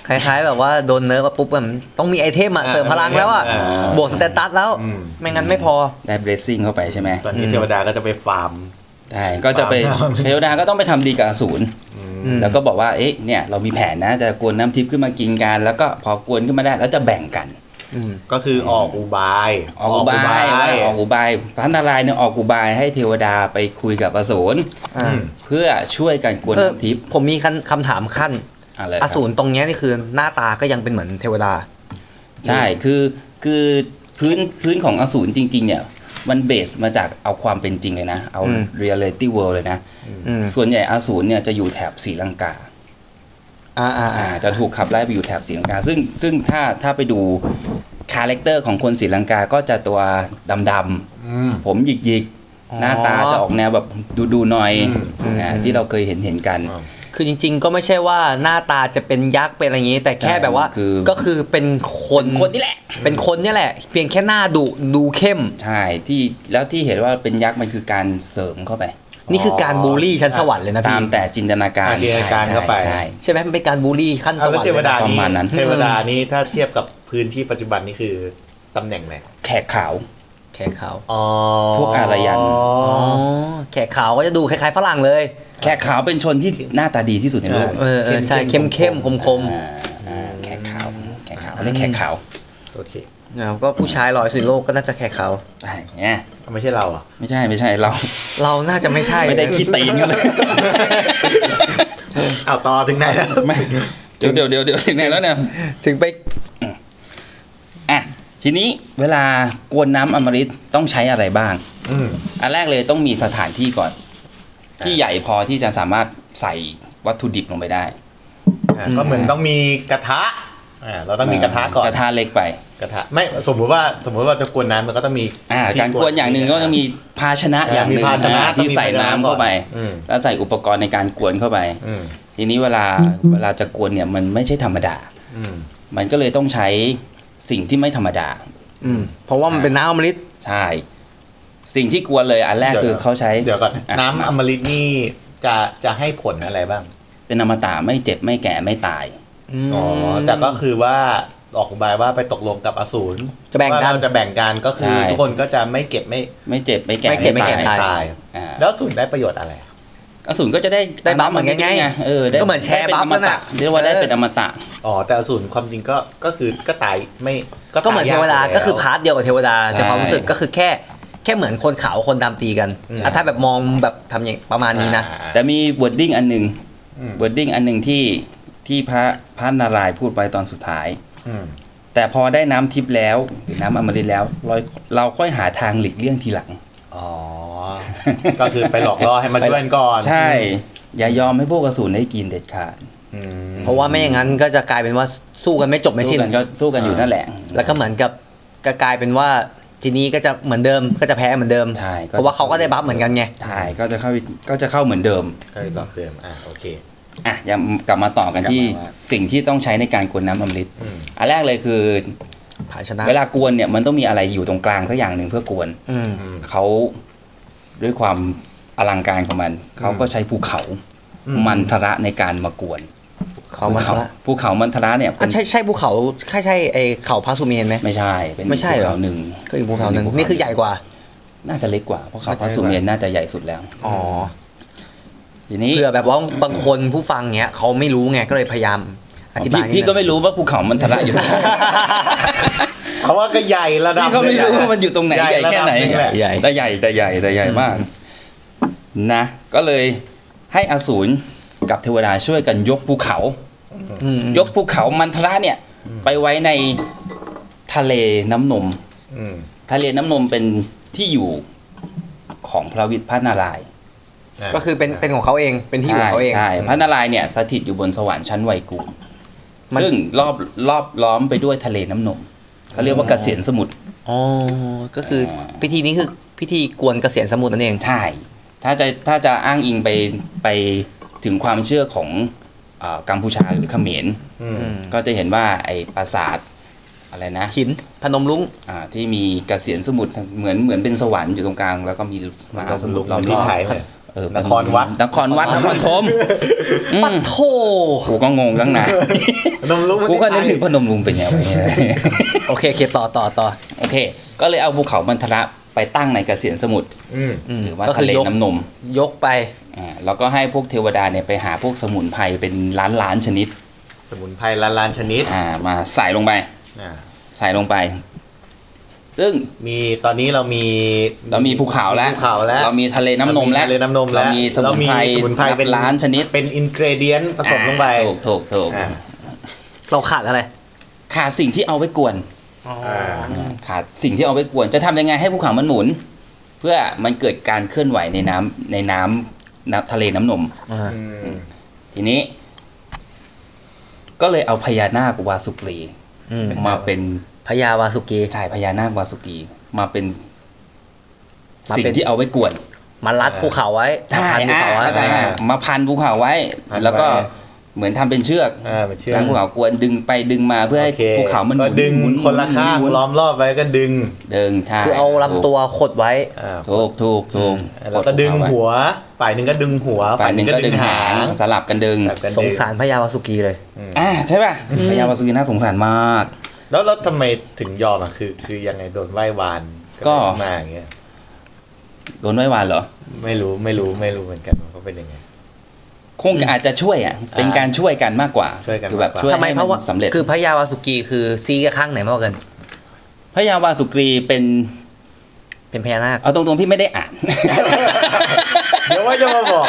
[SPEAKER 1] คล้ายๆ แบบว่าโดนเนิร์ฟมาปุ๊บมันต้องมีไอเทมอะ
[SPEAKER 2] า
[SPEAKER 1] เสริมพลังแล้วอะ
[SPEAKER 2] า
[SPEAKER 1] บวกสเตตัสแล้ว
[SPEAKER 2] อืม
[SPEAKER 1] ไม่งั้นไม่พอ
[SPEAKER 4] ได้เบ s ซิ่งเข้าไปใช่ไหม
[SPEAKER 2] ตอนนี้เทวดาก็จะไปฟาร์ม
[SPEAKER 4] ใช่ก็จะไป
[SPEAKER 2] ตาม
[SPEAKER 4] เทวดาก็ต้องไปทำดีกับอสูร
[SPEAKER 2] อืม
[SPEAKER 1] อืม
[SPEAKER 4] แล้วก็บอกว่าเอ๊ะเนี่ยเรามีแผนนะจะกวนน้ำทิพย์ขึ้นมากินกัน แล้วก็พอกวนขึ้นมาได้แล้วจะแบ่งกัน
[SPEAKER 1] อืม
[SPEAKER 2] ก็คือออกอุบาย
[SPEAKER 4] ออกอุบายว่าออกอุบายพระนารายณ์เนี่ยออกอุบายให้เทวดาไปคุยกับอสูร
[SPEAKER 1] อ่า
[SPEAKER 4] เพื่อช่วยกันกวน
[SPEAKER 1] เออ
[SPEAKER 4] น้ำทิพย์
[SPEAKER 1] ผมมีคำคำถามขั้น
[SPEAKER 4] อะไร
[SPEAKER 1] อสูรตรงเนี้ยนี่คือหน้าตาก็ยังเป็นเหมือนเทวดา
[SPEAKER 4] ใช่คือคือพื้นพื้นของอสูรจริง ๆ เนี่ย มันเบสมาจากเอาความเป็นจริงเลยนะ เอา
[SPEAKER 1] อืม
[SPEAKER 4] reality world เลยนะ
[SPEAKER 1] อืม
[SPEAKER 4] ส่วนใหญ่อสูรเนี่ยจะอยู่แถบศรีลังกา
[SPEAKER 1] อ่าอ่า
[SPEAKER 4] อ่า
[SPEAKER 1] อ่า
[SPEAKER 4] จะถูกขับไล่ไปอยู่แถบศรีลังกา ซึ่งซึ่งถ้าถ้าไปดูคาแรคเตอร์ของคนศรีลังกาก็จะตัวดำ
[SPEAKER 2] อืม
[SPEAKER 4] ๆผมหยิก
[SPEAKER 1] อ๋อ
[SPEAKER 4] ๆ หน้าตาจะออกแนวแบบดูๆหน่อยอ่าที่เราเคยเห็นเห็นกัน
[SPEAKER 1] คือจริง ๆ ก็ไม่ใช่ว่าหน้าตาจะเป็นยักษ์เป็นอะไรอย่างนี้ แต่แค่
[SPEAKER 4] ใช่
[SPEAKER 1] แบบว่า
[SPEAKER 4] คือ
[SPEAKER 1] ก็คือเป็นคน
[SPEAKER 4] เป็นคนนี่แหละ
[SPEAKER 1] เป็นคนเนี่ยแหละ เพียงแค่หน้าดุดูเข้ม
[SPEAKER 4] ใช่ที่แล้วที่เห็นว่าเป็นยักษ์มันคือการเสริมเข้าไป
[SPEAKER 1] นี่คือการบูลลี่ชั้นสวรรค์เลยนะ
[SPEAKER 4] ตา
[SPEAKER 1] พี่
[SPEAKER 4] มแต่จินตนาการ
[SPEAKER 2] อ่าจินตนาการเข้าไป
[SPEAKER 4] ใช่ใช่
[SPEAKER 1] ใช่ไหมมันเป็นการบูลลี่ขั้นส
[SPEAKER 2] เอา
[SPEAKER 1] ว
[SPEAKER 2] แล้
[SPEAKER 1] รร
[SPEAKER 2] ว
[SPEAKER 1] ค์
[SPEAKER 2] เทว
[SPEAKER 1] เลย
[SPEAKER 2] ดา
[SPEAKER 1] นะ
[SPEAKER 2] นี้
[SPEAKER 4] ประมาณนั้น
[SPEAKER 2] เทวดานี้ถ้าเทียบกับพื้นที่ปัจจุบันนี่คือตำแหน่งไหน
[SPEAKER 4] แขกขาว
[SPEAKER 1] แขกขาว
[SPEAKER 2] อ๋อ
[SPEAKER 4] พวกอารยัน
[SPEAKER 1] อ๋อ แขกขาวก็จะดูคล้ายๆฝรั่งเลย
[SPEAKER 4] แขกขาวเป็นชนที่หน้าตาดีที่สุดในโลก
[SPEAKER 1] เออเออใช่เข้มๆคมๆ
[SPEAKER 4] อ่าอ่าแขกขาวแขกขาวเรียกแขกขาว
[SPEAKER 2] โอเค
[SPEAKER 1] แล้วก็ผู้ชายหล่อที่สุดในโลกก็น่าจะแขกขาว
[SPEAKER 4] อ่าอย่างเงี้ย
[SPEAKER 2] ไม่ใช่เราเหรอ่ะ
[SPEAKER 4] ไม่ใช่ไม่ใช่เรา
[SPEAKER 1] เราน่าจะไม่ใช่
[SPEAKER 4] ไม่ได้ขี้ตีนกันเลย
[SPEAKER 2] เอาต่อถึงไหนแล้ว
[SPEAKER 4] ไม่เดี๋ยวเดี๋ยวเดี๋ยวเดี๋ยวถึงไหนแล้วเนี่ย
[SPEAKER 1] ถึงไป
[SPEAKER 4] อ่ะ ทีนี้เวลากวนน้ำอมฤตต้องใช้อะไรบ้าง
[SPEAKER 2] อืม
[SPEAKER 4] อันแรกเลยต้องมีสถานที่ก่อน ที่ใหญ่พอที่จะสามารถใส่วัตถุดิบลงไปได้
[SPEAKER 2] อ่ะก็เหมือนต้องมีกระทะอ่าเราต้องมีกระทะก่อน
[SPEAKER 4] กระทะเล็กไป
[SPEAKER 2] กระทะไม่สมมุติว่าสมมุติว่าจะกวนน้ำมันก็ต้องมี
[SPEAKER 4] อ่า
[SPEAKER 2] ที่
[SPEAKER 4] การกวนอย่างหนึ่งก็จะมีภาชนะ
[SPEAKER 2] เอออ
[SPEAKER 4] อย่างหนึ่
[SPEAKER 2] มี
[SPEAKER 4] ง
[SPEAKER 2] ภาชนะ
[SPEAKER 4] อ่ที่ใส่น้ำเข้าไป
[SPEAKER 2] อืม
[SPEAKER 4] แล้วใส่อุปกรณ์ในการกวนเข้าไป
[SPEAKER 2] อืม
[SPEAKER 4] ทีนี้เวลาเวลาจะกวนเนี่ยมันไม่ใช่ธรรมดา
[SPEAKER 2] อืม
[SPEAKER 4] มันก็เลยต้องใช้สิ่งที่ไม่ธรรมดา
[SPEAKER 1] อืม เพราะว่ามันเป็นน้ำอมฤต
[SPEAKER 4] ใช่ สิ่งที่กวนเลยอันแรกคือเขาใช้
[SPEAKER 2] เดี๋ยวก่อน
[SPEAKER 4] ะ
[SPEAKER 2] น้ำอมฤตนี่จะจะให้ผลอะไรบ้าง
[SPEAKER 4] เป็นอมตะไม่เจ็บไม่แก่ไม่ตาย
[SPEAKER 1] ม
[SPEAKER 2] อ๋อแต่ก็คือว่าออกอุบายว่าไปตกลงกับอสูร
[SPEAKER 1] จะแบ่งกัน
[SPEAKER 2] ว่าเราจะแบ่งกันก็คือ
[SPEAKER 4] ใช่
[SPEAKER 2] ทุกคนก็จะไม่เก็บไม่
[SPEAKER 4] ไม่เจ็บไม่แก่
[SPEAKER 1] ไม่เจ็บไม่แก่
[SPEAKER 4] ตาย
[SPEAKER 1] ตาย
[SPEAKER 2] ตาย
[SPEAKER 4] อ่า
[SPEAKER 2] แล้วอสูรได้ประโยชน์อะไร
[SPEAKER 4] อสูรก็จะได้
[SPEAKER 1] ได้บัฟเหมือนกันไง
[SPEAKER 4] เออได้
[SPEAKER 1] ก็เหมือนแชร์
[SPEAKER 4] ได้ป็
[SPEAKER 1] บัฟนั่น
[SPEAKER 4] อมต
[SPEAKER 1] น่ะ
[SPEAKER 4] เรียกว่าได้
[SPEAKER 1] เออ
[SPEAKER 4] เป็นอมตะ
[SPEAKER 2] อ๋อแต่อสูรความจริงก็ก็คือก็ตายไม่
[SPEAKER 1] ก็เหมือนเทวดา
[SPEAKER 2] ตยยยู่
[SPEAKER 1] ก็คือ
[SPEAKER 2] แล้ว
[SPEAKER 1] พาร์ทเดียวกับเทวดา
[SPEAKER 4] ใช่
[SPEAKER 1] แต่ความรู้สึกก็คือแค่ แค่เหมือนคนขาวคนดำตีกัน
[SPEAKER 2] อืม
[SPEAKER 1] อ่ะถ้าแบบมองแบบทำอย่างประมาณนี้นะ
[SPEAKER 2] อ่า
[SPEAKER 4] แต่มีวอร์ดิ้งอันหนึ่ง
[SPEAKER 2] อืม
[SPEAKER 4] วอร์ดิ้งอันหนึ่งที่ที่พระพระนารายณ์พูดไปตอนสุดท้าย
[SPEAKER 2] อืม
[SPEAKER 4] แต่พอได้น้ำทิพย์แล้วหรือน้ำอมฤตแล้วเราเราค่อยหาทางหลีกเลี่ยงทีหลัง
[SPEAKER 2] อ๋อก็คือไปหลอกล่อให้มาช่วยกันก่อน
[SPEAKER 4] ใช่ อย่ายอมให้พวกอสูรได้กินเด็ดขาด
[SPEAKER 2] อืม
[SPEAKER 1] เพราะว่าไม่อย่างนั้นก็จะกลายเป็นว่าสู้กันไม่จบไม่
[SPEAKER 4] สู้
[SPEAKER 1] สิ้น
[SPEAKER 4] กันก็สู้กันอยู่นั่นแหละ
[SPEAKER 1] แล้วก็เหมือนกับก็กลายเป็นว่าทีนี้ก็จะเหมือนเดิมก็จะแพ้เหมือนเดิม
[SPEAKER 4] ใช่ก็
[SPEAKER 1] เพราะว่าเขาก็ได้บัฟเหมือนกันไง
[SPEAKER 4] ใช่ก็จะเข้าก็จะเข้าเหมือนเดิม
[SPEAKER 2] ก็เลยตอบเดิมอ่ะโอเค
[SPEAKER 4] อ่ะยังกลับมาต่อกันที่
[SPEAKER 2] กลับมาว่า
[SPEAKER 4] สิ่งที่ต้องใช้ในการกวนน้ำอมฤต
[SPEAKER 2] อืม
[SPEAKER 4] อันแรกเลยคือ
[SPEAKER 1] ภาชนะ
[SPEAKER 4] เวลากวนเนี่ยมันต้องมีอะไรอยู่ตรงกลางสักอย่างหนึ่งเพื่อกวน
[SPEAKER 1] อืม
[SPEAKER 4] เขาด้วยความอลังการของมัน เขาก็ใช้ภูเขา
[SPEAKER 2] อืม
[SPEAKER 4] มันทระในการมากวน
[SPEAKER 1] เขามันละ
[SPEAKER 4] ภูเขามันทระเนี่ย
[SPEAKER 1] อ่ะใช่ใช่ภูเขาใช่ใช่ไอเขาพาสุเมนไหม
[SPEAKER 4] ไม่ใช่เป็น
[SPEAKER 1] ไม่ใช่
[SPEAKER 4] ภู
[SPEAKER 1] เหรอ
[SPEAKER 4] เขาหนึ่ง
[SPEAKER 1] ก็อีกภูเขาหนึ่งนี่คือใหญ่กว่า
[SPEAKER 4] น่าจะเล็กกว่าเพราะเขา
[SPEAKER 1] น่าจะ
[SPEAKER 4] พระ
[SPEAKER 1] เล็กกว่า
[SPEAKER 4] สุเมนน่าจะใหญ่สุดแล้ว
[SPEAKER 1] อ๋อ
[SPEAKER 4] ทีนี้
[SPEAKER 1] เผื่อแบบว่าบางคนผู้ฟังเนี้ยเขาไม่รู้ไงก็เลยพยายามอธิบาย
[SPEAKER 4] พี่
[SPEAKER 1] นิดนึง
[SPEAKER 4] พี่ก็ไม่รู้ว่าภูเขามันทระ อยู่
[SPEAKER 2] เพราะว่าก็ใหญ่ระดับ
[SPEAKER 4] พี่ก็ไม่รู้
[SPEAKER 2] หงะ
[SPEAKER 4] ว่ามันอยู่ตรงไหนใหญ่แค่ไหน
[SPEAKER 2] ระดับงแหละ
[SPEAKER 1] ใหญ่
[SPEAKER 4] แต่ใหญ่แต่ใหญ่แต่ใหญ่มาก นะ ก็เลยให้อสูรกับเทวดาช่วยกันยกภูเขา
[SPEAKER 1] อืม
[SPEAKER 4] ยกภูเขามันทระเนี่ย ไปไว้ในทะเลน้ำนม
[SPEAKER 2] อืม
[SPEAKER 4] ทะเลน้ำนมเป็นที่อยู่ของพระวิทย์พระนารายณ์
[SPEAKER 2] ะ
[SPEAKER 1] ก็คือเป็นเป็นของเขาเองเป็นที่อยู่ของเขาเอง
[SPEAKER 4] ใช่พระนารายณ์เนี่ยสถิตอยู่บนสวรรค์ชั้นไวกุม
[SPEAKER 1] มัน
[SPEAKER 4] ซึ่งรอบรอบล้อมไปด้วยทะเลน้ำนมเขาเรียกว่าเกษียณสมุทร
[SPEAKER 1] อ๋อก็คือพิธีนี้คือพิธีกวนเกษียณสมุทรนั่นเอง
[SPEAKER 4] ใช่ ถ้าจะถ้าจะอ้างอิงไปไปถึงความเชื่อของอากัมพูชาหรือเขมร
[SPEAKER 2] อืม
[SPEAKER 4] ก็จะเห็นว่าไอ้ปราสาทอะไรนะ
[SPEAKER 1] หินพนมรุ้ง
[SPEAKER 4] อ่าที่มีกเกษียณสมุทรเหมือนเหมือนเป็นสวรรค์อยู่ตรงกลาง แล้วก็มีมหาสมุทรล้อม
[SPEAKER 2] ที่
[SPEAKER 4] รอบ
[SPEAKER 2] ไทยเลย
[SPEAKER 4] เออเป็น
[SPEAKER 2] นครวัด
[SPEAKER 4] นครวั ดนครธมอื
[SPEAKER 1] ปัด
[SPEAKER 4] ม
[SPEAKER 1] โถ
[SPEAKER 4] กูก็งงตั้ง นาน
[SPEAKER 2] น้ำลุก
[SPEAKER 4] กูก็
[SPEAKER 2] มั
[SPEAKER 4] นึก
[SPEAKER 2] ที่ไทย
[SPEAKER 4] ถึงพนมรุ้งเป็นไงวะเนี่ย
[SPEAKER 1] โอเคโอเคต่อต่อต่อ
[SPEAKER 4] โอเค ก็เลยเอาภูเขาบรรทระไปตั้งในเกษียณสมุทร
[SPEAKER 2] อืม
[SPEAKER 1] อืม
[SPEAKER 4] หรือว่า
[SPEAKER 1] ก็
[SPEAKER 4] ทะ
[SPEAKER 1] คือ
[SPEAKER 4] เลย
[SPEAKER 1] ก
[SPEAKER 4] น้ำนม
[SPEAKER 1] ยกไป
[SPEAKER 4] อ่าแล้วก็ให้พวกเทวดาเนี่ยไปหาพวกสมุนไพรเป็นล้านล้านๆชนิด
[SPEAKER 2] สมุนไพรละลานชนิด
[SPEAKER 4] อ่ามาใส่ลงไป
[SPEAKER 2] อ่า
[SPEAKER 4] ใส่ลงไป ซึ่ง
[SPEAKER 2] มีตอนนี้เรามี
[SPEAKER 4] เรามีภูเขาแล้ว
[SPEAKER 2] ภูเขาแล้ว
[SPEAKER 4] เรามีทะเลน้ำนมแล้ว
[SPEAKER 2] เรามีทะเลน้ำนมแล้ว
[SPEAKER 4] เรามีสมุนไพร
[SPEAKER 2] เรามีสมุนไพรเป็น
[SPEAKER 4] ล้านชนิด
[SPEAKER 2] เป็นอินเกรเดียนผสมลงไป
[SPEAKER 4] ถูกถูกถูก
[SPEAKER 2] อ่า
[SPEAKER 1] เราขาดอะไร
[SPEAKER 4] ขาดสิ่งที่เอาไว้กวน อ่าขาดสิ่งที่เอาไว้กวนจะทำยังไงให้ภูเขามันหมุน เพื่อมันเกิดการเคลื่อนไหวในน้ำในน้ำน้ำทะเลน้ำนม
[SPEAKER 3] อืม
[SPEAKER 4] ทีนี้ ก็เลยเอาพญานาควาสุกรี
[SPEAKER 1] อืม
[SPEAKER 4] มาเป็น
[SPEAKER 1] พญาวาสุกี
[SPEAKER 4] ชายพญานาควาสุกรีมาเป็น
[SPEAKER 1] มาเป็น
[SPEAKER 4] สิ่งที่เอาไว้กวน
[SPEAKER 1] มารัดภูเขาไว้
[SPEAKER 4] ใช่
[SPEAKER 1] พันภูเขาไว้
[SPEAKER 4] อ่าอ่ามาพันภูเขาไว้
[SPEAKER 2] พันไว้
[SPEAKER 4] แล้วก็เหมือนทำเป็นเชือก
[SPEAKER 2] อ่าเป็นเชือ
[SPEAKER 4] แล้
[SPEAKER 2] ก
[SPEAKER 4] วภูเขากวนดึงไปดึงมาเพื่อให้
[SPEAKER 2] โอค
[SPEAKER 4] ภูเขามันห
[SPEAKER 2] ก็
[SPEAKER 4] มุน
[SPEAKER 2] ดึง
[SPEAKER 4] หมุน
[SPEAKER 2] คนละข้าง
[SPEAKER 4] หมุนหมุน
[SPEAKER 2] ล้อมรอบไว้ก็ดึง
[SPEAKER 4] ดึงใช่
[SPEAKER 1] คือเอาลำตัวขดไว้
[SPEAKER 2] อ่า
[SPEAKER 4] ถูกถูกถูก
[SPEAKER 2] แล้วก็ดึงหัว ฝ่ายหนึ่งก็ดึงหัว
[SPEAKER 4] ฝ่า
[SPEAKER 2] ฝ่าย ยห
[SPEAKER 4] หนึ่
[SPEAKER 2] นึ่ง
[SPEAKER 4] งก็
[SPEAKER 2] ก็
[SPEAKER 4] ดึ
[SPEAKER 2] ดึ
[SPEAKER 4] ง
[SPEAKER 2] ง
[SPEAKER 4] หา
[SPEAKER 2] หางง
[SPEAKER 4] สลับกันดึง
[SPEAKER 2] แบบกัน
[SPEAKER 1] ส
[SPEAKER 2] ดึ
[SPEAKER 1] งสารพญาวาสุกีเลย
[SPEAKER 4] อ่าใช่ป่ะพญาวาสุกีน่าสงสารมาก
[SPEAKER 2] แล้วแล้วทำไมถึงยอมอ่ะคือ คือยังไงโดนไหว้วาน
[SPEAKER 4] ก็
[SPEAKER 2] เลยมาอย่างเงี้ย
[SPEAKER 4] โดนไว้วานเหรอ
[SPEAKER 2] ไม่รู้ไม่รู้ไม่รู้เหมือนกันว่าเขาเป็นยังไง
[SPEAKER 4] คงอาจจะช่วยอ่ะ เป็นการช่วยกันมากกว่า
[SPEAKER 2] ช่วยกัน
[SPEAKER 4] คือแบบ
[SPEAKER 2] มากกว่า
[SPEAKER 4] ช่วย
[SPEAKER 1] ทำไม
[SPEAKER 4] ให้
[SPEAKER 1] เพราะ
[SPEAKER 4] มั
[SPEAKER 1] ว่าน
[SPEAKER 4] สำเร็จ
[SPEAKER 1] คือพญาวาสุกีคือซีกับข้างไหนมากกว่ากัน
[SPEAKER 4] พญาวาสุกรีเป็น
[SPEAKER 1] เป็นพญานาค
[SPEAKER 4] เอาตรงๆพี่ไม่ได้อ่าน
[SPEAKER 2] เดี๋ยวว่าจะมาบอก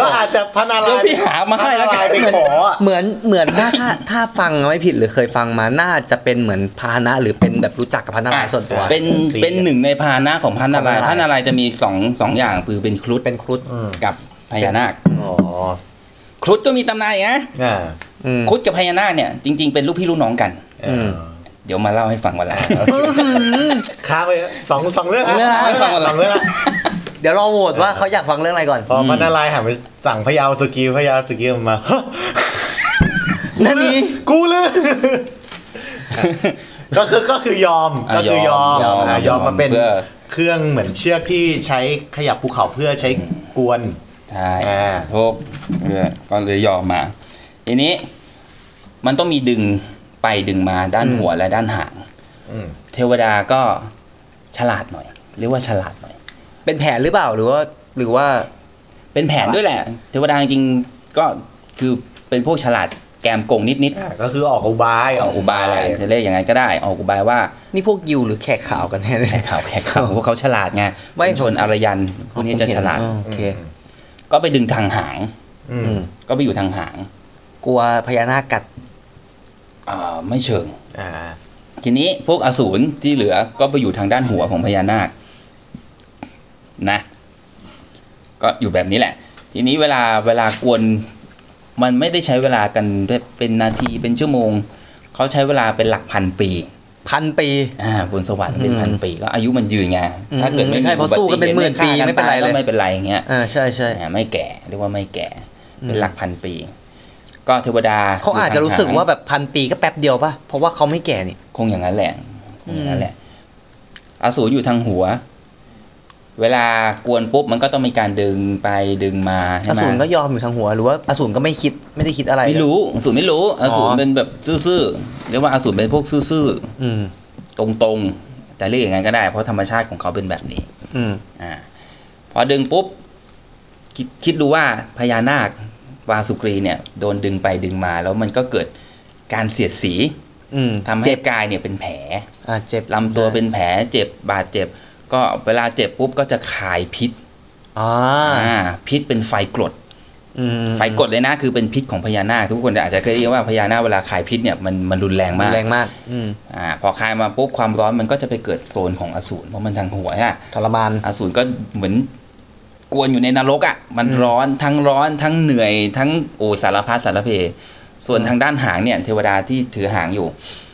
[SPEAKER 2] ก็อาจจะพระนารายณ์
[SPEAKER 4] เดี๋ยวพี่หามาให้แล้วกัน
[SPEAKER 2] พระนรยณ์ไปขออ่ะ
[SPEAKER 1] เหมือนเหมือนถ้าถ้าถ้าฟังไม่ผิดหรือเคยฟังมาน่าจะเป็นเหมือนพาหนะ หรือเป็นแบบรู้จักกับพาหนะส่วนตัว
[SPEAKER 4] เป็น
[SPEAKER 2] สี่
[SPEAKER 4] เป็นหนึ่งในพาหนะของพระนารายณ์
[SPEAKER 1] ของ
[SPEAKER 4] พ
[SPEAKER 1] พ
[SPEAKER 4] ระนาน
[SPEAKER 1] ระารายณ์
[SPEAKER 4] รายณ์จะมีสองสองอย่างคือเป็นครุฑ
[SPEAKER 1] เป็นครุฑ
[SPEAKER 2] อืม
[SPEAKER 4] กับพญานาค
[SPEAKER 2] อ๋อ
[SPEAKER 4] ครุฑก็มีตำนานอีกนะ
[SPEAKER 2] อ่า
[SPEAKER 1] อืม
[SPEAKER 4] ครุฑกับพญานาคเนี่ยจริงๆเป็นลูกพี่ลูกน้องกัน
[SPEAKER 2] เอออ
[SPEAKER 1] ม
[SPEAKER 4] เดี๋ยวมาเล่าให้ฟังวันหลัง
[SPEAKER 2] ค้างไปเถอะสองสองเรื่องะ
[SPEAKER 4] เรื่องอะไร
[SPEAKER 2] สองเรื่องอะ
[SPEAKER 1] เดี๋ยวเราโหวตว่าเขาอยากฟังเรื่องอะไรก่อน
[SPEAKER 2] พอพระนารายณ์หันไปสั่งพระยาวสุกีพระยาวสุกี มา
[SPEAKER 1] นั่นนี้
[SPEAKER 2] กูเลยก็คือก็คือยอมก็คือยอม
[SPEAKER 4] ยอม
[SPEAKER 2] อ่ะยอม
[SPEAKER 4] ยอม
[SPEAKER 2] มาเป็น
[SPEAKER 4] เพื่อ
[SPEAKER 2] เครื่องเหมือนเชือกที่ใช้ขยับภูเขาเพื่อใช้กวน
[SPEAKER 4] ใช่
[SPEAKER 2] อ่า
[SPEAKER 4] โชคเออก็เลยยอมมา ทีนี้มันต้องมีดึงไปดึงมาด้านหัวและด้านหาง
[SPEAKER 2] อืม
[SPEAKER 4] เทวดาก็ฉลาดหน่อย เรียกว่าฉลาดหน่อย
[SPEAKER 1] เป็นแผนหรือเปล่าหรือว่าหรือว่า
[SPEAKER 4] เป็นแผนด้วยแหละ เทวดาจริงๆก็คือเป็นพวกฉลาดแกมโกงนิด
[SPEAKER 2] อ่ะก็คือออกอุบาย
[SPEAKER 4] ๆออกอุบายแหละจะเรียกอย่างไงก็ได้ ออกอุบายว่า
[SPEAKER 1] นี่พวกยิวหรือแขกขาวกันแน่เลย
[SPEAKER 4] แขกขาวแขกขาวพวกเขาฉลาดไง
[SPEAKER 1] ไม่
[SPEAKER 4] เป็นชนอารยันพวกนี้จะฉลาด
[SPEAKER 1] อ๋อโอเค
[SPEAKER 4] ก็ไปดึงทางหาง
[SPEAKER 2] อื
[SPEAKER 1] อื
[SPEAKER 2] ม
[SPEAKER 1] ม
[SPEAKER 4] ก็ไปอยู่ทางหาง
[SPEAKER 1] กลัวพญานาคกัด
[SPEAKER 4] อ่าไม่เชิง
[SPEAKER 2] อ่า
[SPEAKER 4] ทีนี้พวกอสูรที่เหลือก็ไปอยู่ทางด้านหัวของพญานาคนะ ก็อยู่แบบนี้แหละ ทีนี้เวลาเวลากวนมันไม่ได้ใช้เวลากันด้วยเป็นนาทีเป็นชั่วโมง เขาใช้เวลาเป็นหลักพันปี
[SPEAKER 1] พันปี
[SPEAKER 4] อ่าบนสวรรค์เป็น
[SPEAKER 1] อืม
[SPEAKER 4] พันปีก็อายุมันยืนไง
[SPEAKER 1] อืม
[SPEAKER 4] ถ้าเกิดไม่
[SPEAKER 1] ใช่เพราะสู้กันเป็นหมื่นปีไม่เป็นไรเลย
[SPEAKER 4] ก็ไม่เป็นไรอย่างเงี้ย
[SPEAKER 1] อ่าใช่ใช่
[SPEAKER 4] อ่าไม่แก่เรียกว่าไม่แก่เป็น
[SPEAKER 1] อืม
[SPEAKER 4] หลักพันปี ก็เทวดา
[SPEAKER 1] เขาอาจจะรู้สึกว่าแบบพันปีก็แป๊บเดียวป่ะ เพราะว่าเขาไม่แก่นี่
[SPEAKER 4] คงอย่างนั้นแหละคงอย่างนั้นแหละอสูรอยู่ทางหัว เวลากวนปุ๊บมันก็ต้องมีการดึงไปดึงมาใช่
[SPEAKER 1] อ
[SPEAKER 4] ไหม
[SPEAKER 1] สูรก็ยอมอยู่ทางหัวหรือว่าอสูรก็ไม่คิดไม่ได้คิดอะไร
[SPEAKER 4] ไม่รู้อสูรไม่รู้อสูรเป็นแบบซื่อๆเรียกว่าอสูรเป็นพวกซื่อ
[SPEAKER 1] อืม
[SPEAKER 4] ๆตรงๆ แต่เรียกอย่างนั้นก็ได้เพราะธรรมชาติของเขาเป็นแบบนี้
[SPEAKER 1] อืม
[SPEAKER 4] อ่าพอดึงปุ๊บคิดคิดดูว่าพญานาควาสุกรีเนี่ยโดนดึงไปดึงมา แล้วมันก็เกิดการเสียดสี
[SPEAKER 1] อืม
[SPEAKER 4] ทำให้กายเนี่ยเป็นแผล
[SPEAKER 1] อ่าเจ็บ
[SPEAKER 4] ลำตัวเป็นแผลเจ็บบาดเจ็บ ก็เวลาเจ็บปุ๊บก็จะคายพิษ
[SPEAKER 1] อ่า
[SPEAKER 4] อ่าพิษเป็นไฟกรด
[SPEAKER 1] อืม
[SPEAKER 4] ไฟกรดเลยนะคือเป็นพิษของพญานาคทุกคนอาจจะเคยได้ยินว่าพญานาคเวลาคายพิษเนี่ยมันมันรุนแรงมาก
[SPEAKER 1] แรงมากอืม
[SPEAKER 4] อ่าพอคายมาปุ๊บความร้อนมันก็จะไปเกิดโซนของอสูรเพราะมันทางหัวอ่ะ
[SPEAKER 1] ทรมาน
[SPEAKER 4] อสูรก็เหมือนกวนอยู่ในนรกอ่ะมันร้อนทั้งร้อนทั้งเหนื่อยทั้งโอสารพัดสารเพส่วนทางด้านหางเนี่ยเทวดาที่ถือหางอยู่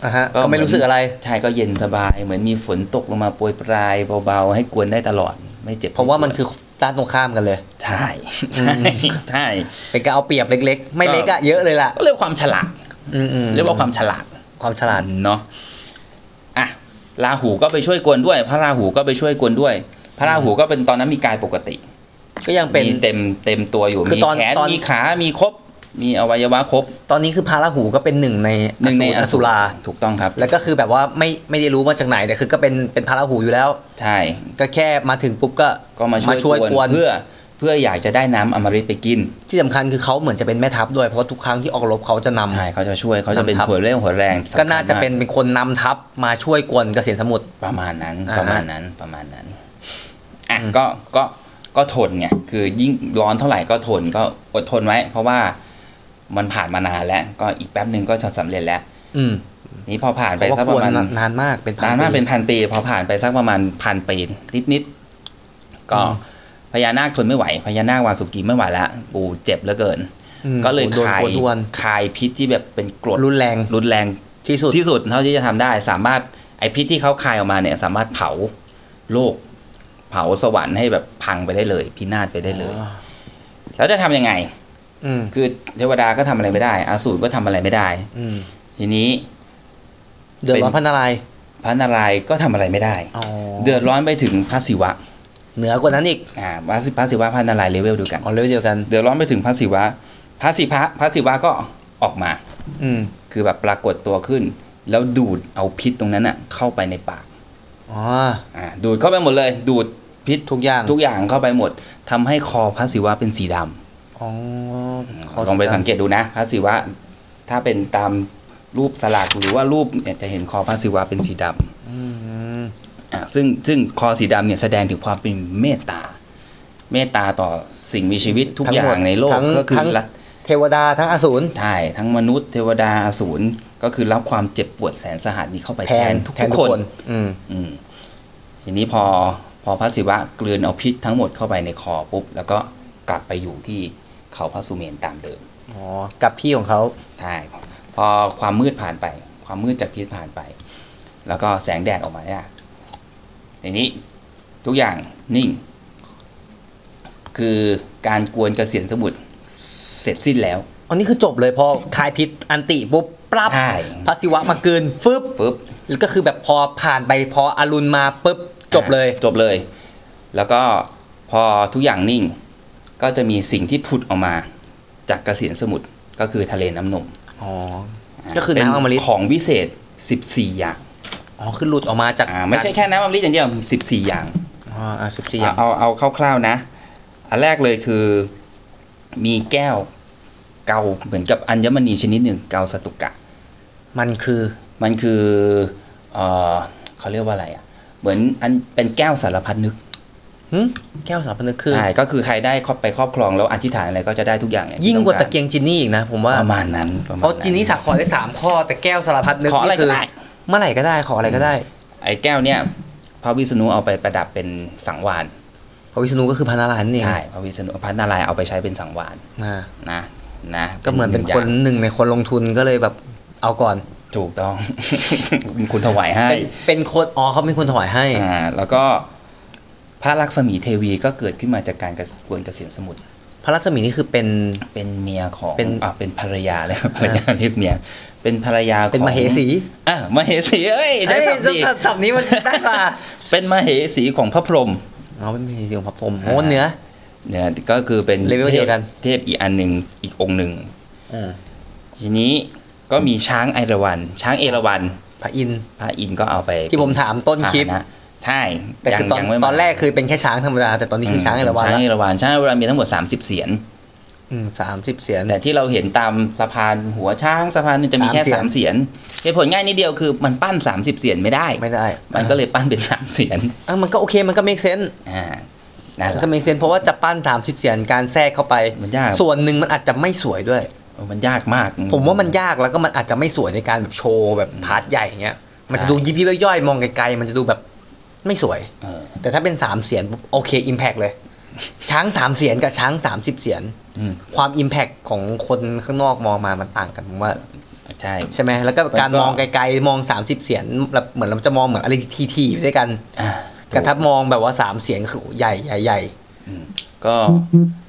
[SPEAKER 1] อ่ะฮะ
[SPEAKER 4] ก็
[SPEAKER 1] ก็ไม่รู้สึกอะไร
[SPEAKER 4] ใช่ก็เย็นสบาย เหมือนมีฝนตกลงมาโปรยปลายเบาๆ ให้กวนได้ตลอด ไม่เจ็บ
[SPEAKER 1] เพราะว่ามันคือด้านตรงข้ามกันเลย
[SPEAKER 4] ใช่ใช่ใช่
[SPEAKER 1] เป็นการเอาเปรียบเล็ก ๆ ไม่
[SPEAKER 4] ก็
[SPEAKER 1] เล็กอะเยอะ เลยล่ะ
[SPEAKER 4] ก็เรียกความฉลาด
[SPEAKER 1] อืมอืม
[SPEAKER 4] เรียกว่าความฉลาด
[SPEAKER 1] ความฉลาด
[SPEAKER 4] เนาะอ่ะราหูก็ไปช่วยกวนด้วย พระราหูก็ไปช่วยกวนด้วย พระราหูก็เป็นตอนนั้นมีกายปกติ
[SPEAKER 1] ก็ยังเป็น
[SPEAKER 4] มีเต็มเต็มตัวอยู่
[SPEAKER 1] คือ
[SPEAKER 4] มี
[SPEAKER 1] ตอน
[SPEAKER 4] แขน
[SPEAKER 1] ตอน
[SPEAKER 4] มีขามีครบ มีอวัยวะครบ
[SPEAKER 1] ตอนนี้คือพาราหูก็เป็นหนึ่งใน
[SPEAKER 4] หนึ่งในอสุ
[SPEAKER 1] สุ
[SPEAKER 4] รา
[SPEAKER 1] รา
[SPEAKER 4] ถูกต้องครับ
[SPEAKER 1] แล้วก็คือแบบว่าไม่ไม่ได้รู้มาจากไหนแต่คือก็เป็นเป็นพาราหูอยู่แล้ว
[SPEAKER 4] ใช่
[SPEAKER 1] ก็แค่มาถึงปุ๊บก็
[SPEAKER 4] ก็มาช่วยกวน
[SPEAKER 1] กวน
[SPEAKER 4] เพื่อ เพื่ออยากจะได้น้ำอมฤตไปกิน
[SPEAKER 1] ที่สำคัญคือเขาเหมือนจะเป็นแม่ทัพด้วยเพราะทุกครั้งที่ออกรบเขาจะนำ
[SPEAKER 4] ใช่เขาจะช่วยเขาจะเป็น
[SPEAKER 1] นำทัพ
[SPEAKER 4] หัวเรี่ยวหัวแรงสำคัญ
[SPEAKER 1] ก็น่าจะเป็น
[SPEAKER 4] ม
[SPEAKER 1] เป็นคนนำทัพมาช่วยกวนเกษียณสมุทร
[SPEAKER 4] ประมาณนั้น
[SPEAKER 1] อ่าฮะ
[SPEAKER 4] ประมาณนั้นประมาณนั้นอ่ะก็ก็ก็ทนไงคือยิ่งร้อนเท่าไหร่ก็ทนก็อดทนไว้ เพราะว่ามันผ่านมานานแล้ว ก็อีกแป๊บหนึ่งก็จะสำเร็จแล้ว
[SPEAKER 1] อืม
[SPEAKER 4] นี่พอผ่าน
[SPEAKER 1] เพ
[SPEAKER 4] ไป
[SPEAKER 1] ราะว่า
[SPEAKER 4] สัก
[SPEAKER 1] ก
[SPEAKER 4] ป
[SPEAKER 1] วน
[SPEAKER 4] ระมาณ
[SPEAKER 1] นานมากเป็น
[SPEAKER 4] นานมากเป็นพันปีพอผ่านไปสักประมาณพันปีนิดนิดๆก็พญานาคทนไม่ไหวพญานาควาสุกีไม่ไหวละกูเจ็บเหลือเกิน
[SPEAKER 1] อืม
[SPEAKER 4] ก็เลย
[SPEAKER 1] โดน
[SPEAKER 4] คาย
[SPEAKER 1] กวนทวน
[SPEAKER 4] คายพิษที่แบบเป็นกรด
[SPEAKER 1] รุนแรง
[SPEAKER 4] รุนแรง
[SPEAKER 1] ที่สุด
[SPEAKER 4] ที่สุดเท่าที่จะทำได้ สามารถไอพิษที่เขาคายออกมาเนี่ย สามารถเผาโลก เผาสวรรค์ให้แบบพังไปได้เลย พินาศไปได้เลย แล้วจะทำยังไง
[SPEAKER 1] อืม
[SPEAKER 4] คือเทวดาก็ทำอะไรไม่ได้อาสูรก็ทำอะไรไม่ได้
[SPEAKER 1] อืม
[SPEAKER 4] ทีนี้
[SPEAKER 1] เดือดร้อนพระนารายณ์
[SPEAKER 4] พระนารายณ์ก็ทำอะไรไม่ได้
[SPEAKER 1] อ๋อ
[SPEAKER 4] เดือดร้อนไปถึงพระศิวะ
[SPEAKER 1] เหนือกว่านั้นอีก
[SPEAKER 4] อ่าพระศิพระศิวะพระนารายณ์เลเวลเดียวกัน
[SPEAKER 1] อ๋อเลเวลเดียวกัน
[SPEAKER 4] เดือดร้อนไปถึงพระศิวะพระศิพระพระศิวะก็ออกมา
[SPEAKER 1] อืม
[SPEAKER 4] คือแบบปรากฏตัวขึ้น แล้วดูดเอาพิษตรงนั้นน่ะเข้าไปในปาก
[SPEAKER 1] อ๋อ
[SPEAKER 4] อ่าดูดเข้าไปหมดเลย ดูดพิษ
[SPEAKER 1] ทุกอย่าง
[SPEAKER 4] ทุกอย่างเข้าไปหมดทำให้คอพระศิวะเป็นสีดำ
[SPEAKER 1] อ๋อข
[SPEAKER 4] ลองไปสังเกตดูนะ พระศิวะถ้าเป็นตามรูปสลักหรือว่ารูปเนี่ยจะเห็นคอพระศิวะเป็นสีดำ
[SPEAKER 1] อืม
[SPEAKER 4] อ่าซึ่งซึ่งคอสีดำเนี่ยแสดงถึงความเป็นเมตตา เมตตาต่อสิ่งมีชีวิตทุก
[SPEAKER 1] ทั้
[SPEAKER 4] อ
[SPEAKER 1] หมด
[SPEAKER 4] ย่างในโลก
[SPEAKER 1] ทั้ง
[SPEAKER 4] ก็คือ
[SPEAKER 1] ทั้ง
[SPEAKER 4] รัก
[SPEAKER 1] เทวดาทั้งอสูร
[SPEAKER 4] ใช่ทั้งมนุษย์เทวดาอสูรก็คือรับความเจ็บปวดแสนสาหัสนี้เข้าไปแทนทุกๆคน
[SPEAKER 1] อืม
[SPEAKER 4] อืมทีนี้พอพอพระศิวะกลืนเอาพิษทั้งหมดเข้าไปในคอปุ๊บ แล้วก็กลับไปอยู่ที่เขาพระสุเมนตามเดิม
[SPEAKER 1] อ๋อ กับที่ของเขา
[SPEAKER 4] ใช่พอความมืดผ่านไป ความมืดจากพิษผ่านไป แล้วก็แสงแดดออกมาเนี่ยทีนี้ทุกอย่างนิ่ง คือการกวนเกษียณสมุทรเสร็จสิ้นแล้ว
[SPEAKER 1] อันนี้คือจบเลยพอคายพิษอันติปุ๊บปรับ
[SPEAKER 4] ใช่
[SPEAKER 1] พระศิวะมาเกินฟึบ
[SPEAKER 4] ปุ๊บ
[SPEAKER 1] แล้วก็คือแบบพอผ่านไปพออรุณมาปุ๊บจบเลย
[SPEAKER 4] อ่ะจบเลย แล้วก็พอทุกอย่างนิ่ง ก็จะมีสิ่งที่ผุดออกมาจากเกษียณสมุทรก็คือทะเลน้ำนม
[SPEAKER 1] อ๋อ
[SPEAKER 4] ะ
[SPEAKER 1] ก็คือ
[SPEAKER 4] เป็
[SPEAKER 1] น้ำอมฤต
[SPEAKER 4] ของวิเศษ 14 อย่าง
[SPEAKER 1] อ๋อคือหลุดออกมาจาก
[SPEAKER 4] อ่าไม่ใช่แค่น้ำอมฤตอย่างเดียว 14 อย่าง
[SPEAKER 1] อ๋ออ่ะสิบสี่อย่าง
[SPEAKER 4] เอาเอาเอาคร่าวๆนะ อันแรกเลยคือมีแก้วเกาเหมือนกับอัญมณีชนิดหนึ่งเกาสตุกะ
[SPEAKER 1] มันคือ
[SPEAKER 4] มันคือเออเขาเรียกว่าอะไรอ่ะเหมือนอันเป็นแก้วสารพัดนึก
[SPEAKER 1] หึแก้วสารพนึกคือ
[SPEAKER 4] ใช่ ก็คือใครได้ครอบไปครอบครองแล้วอธิษฐานอะไรก็จะได้ทุกอย่าง
[SPEAKER 1] ยิ่งกว่าตะ
[SPEAKER 4] ที่อ
[SPEAKER 1] เกียงจินนี่อีกนะ ผม
[SPEAKER 4] ร
[SPEAKER 1] ว่า
[SPEAKER 4] ประมาณนั้นประมาณ
[SPEAKER 1] เพราะจินนี่สักขอได้สามข้อ แต่แก้วสารพัดนึก
[SPEAKER 4] ขออะไร
[SPEAKER 1] นี่
[SPEAKER 4] ก็
[SPEAKER 1] คื
[SPEAKER 4] ได้
[SPEAKER 1] เมื่อไหร่ก็ได้ขออะไรก็ได้
[SPEAKER 4] ไอ้แก้วเนี่ยพระวิษณุเอาไปประดับเป็นสังวาน
[SPEAKER 1] พระวิษณุก็คือพระนารายณ์นั่นเอง
[SPEAKER 4] ใช่พระวิษณุพระนารายณ์เอาไปใช้เป็นสังวาน
[SPEAKER 1] อ่า
[SPEAKER 4] นะนะ
[SPEAKER 1] ก็เหมือนเป็นคน
[SPEAKER 4] ย่าง
[SPEAKER 1] หนึ่งในคนลงทุนก็เลยแบบเอาก่อน
[SPEAKER 4] ถูกต้อง คุณถวายให้
[SPEAKER 1] เป็นเป็นคนอ๋อเขาเป็นคนถวายให้
[SPEAKER 4] อ่าแล้วก็พระลักษมีเทวีก็เกิดขึ้นมาจากการกระกวนเกษียณสมุทร
[SPEAKER 1] พระลักษมีนี่คือเป็น
[SPEAKER 4] เป็นเมียของ
[SPEAKER 1] เป็น
[SPEAKER 4] อ่ะเป็นภรรยาเลย ภรรยาเรียกเมียเป็นภรรยาของ
[SPEAKER 1] เป็นมเหสี
[SPEAKER 4] อ่ะมเหสีเอ้ยใช้ศัพท์ดี
[SPEAKER 1] เอ้ยศัพท์นี้มันได้ป่ะ
[SPEAKER 4] เป็นมเหสีของพระพรหม
[SPEAKER 1] อ๋อเป็นมเหสีของพระพรหมโอ้เหนือ
[SPEAKER 4] เนี่ยก็คือเป็น
[SPEAKER 1] เลเวลเดียวกัน
[SPEAKER 4] เทพอีกอันหนึ่งอีกองค์หนึ่ง
[SPEAKER 1] อ่า
[SPEAKER 4] ทีนี้ก็มีช้างไอราวัน ช้างเอราวัน
[SPEAKER 1] พระอินทร์
[SPEAKER 4] พระอินทร์ก็เอาไป
[SPEAKER 1] ที่ผมถามต้นคลิป
[SPEAKER 4] พาหนะใช่
[SPEAKER 1] แต่คือตอน
[SPEAKER 4] มา
[SPEAKER 1] ตอนแรกคือเป็นแค่ช้างธรรมดา แต่ตอนนี้คือช้างเอราวัณ
[SPEAKER 4] ช้าง
[SPEAKER 1] ละ
[SPEAKER 4] เอราวัณช้างเอราวัณมีทั้งหมด 30 เสียน
[SPEAKER 1] สามสิบเสียน
[SPEAKER 4] แต่ที่เราเห็นตามสะพานหัวช้างสะพานนี่จะมีแค่
[SPEAKER 1] สา
[SPEAKER 4] สาม ม
[SPEAKER 1] เสี
[SPEAKER 4] เสีย
[SPEAKER 1] ย
[SPEAKER 4] น
[SPEAKER 1] น
[SPEAKER 4] เหตุผลง่ายนิดเดียวคือมันปั้น 30 เสียนไม่ได้
[SPEAKER 1] ไม่ได้
[SPEAKER 4] มันก็เลยปั้นเป็น สามเสียน
[SPEAKER 1] อ่ะมันก็โอเคมันก็ make sense
[SPEAKER 4] อ่านั่นแห
[SPEAKER 1] มัน
[SPEAKER 4] ละ
[SPEAKER 1] ก็ make sense เพราะว่าจะปั้น 30 เสียนการแทรกเข้าไป
[SPEAKER 4] มันยาก
[SPEAKER 1] ส่วนหนึ่งมันอาจจะไม่สวยด้วย
[SPEAKER 4] เออมันยากมาก
[SPEAKER 1] ผมว่ามันยากแล้วก็มันอาจจะไม่สวยในการแบบโชว์แบบพาร์ทใหญ่อย่างเงี้ย มันจะดูยิบยิบย่อยๆมองไกลๆมันจะดูแบบไม่สวย
[SPEAKER 4] เออ
[SPEAKER 1] แต่ถ้าเป็นสามเสียนปุ๊บโอเคอิมแพกเลย ช้างสามเสียนกับช้างสามสิบเสียน
[SPEAKER 4] อืม
[SPEAKER 1] ความอิมแพกของคนข้างนอกมองมามันต่างกันผมว่า
[SPEAKER 4] ใช่
[SPEAKER 1] ใช่ไหมแล้วก็การ
[SPEAKER 4] มันก็
[SPEAKER 1] มองไกลๆมองสามสิบเสียนแบบเหมือนเราจะมองเหมือนอะไรทีๆอยู่ด้วยกัน
[SPEAKER 4] อ่า
[SPEAKER 1] แต่ถ้ามองแบบว่าสามเสียนคือใหญ่ใหญ่ใหญ่
[SPEAKER 4] ก็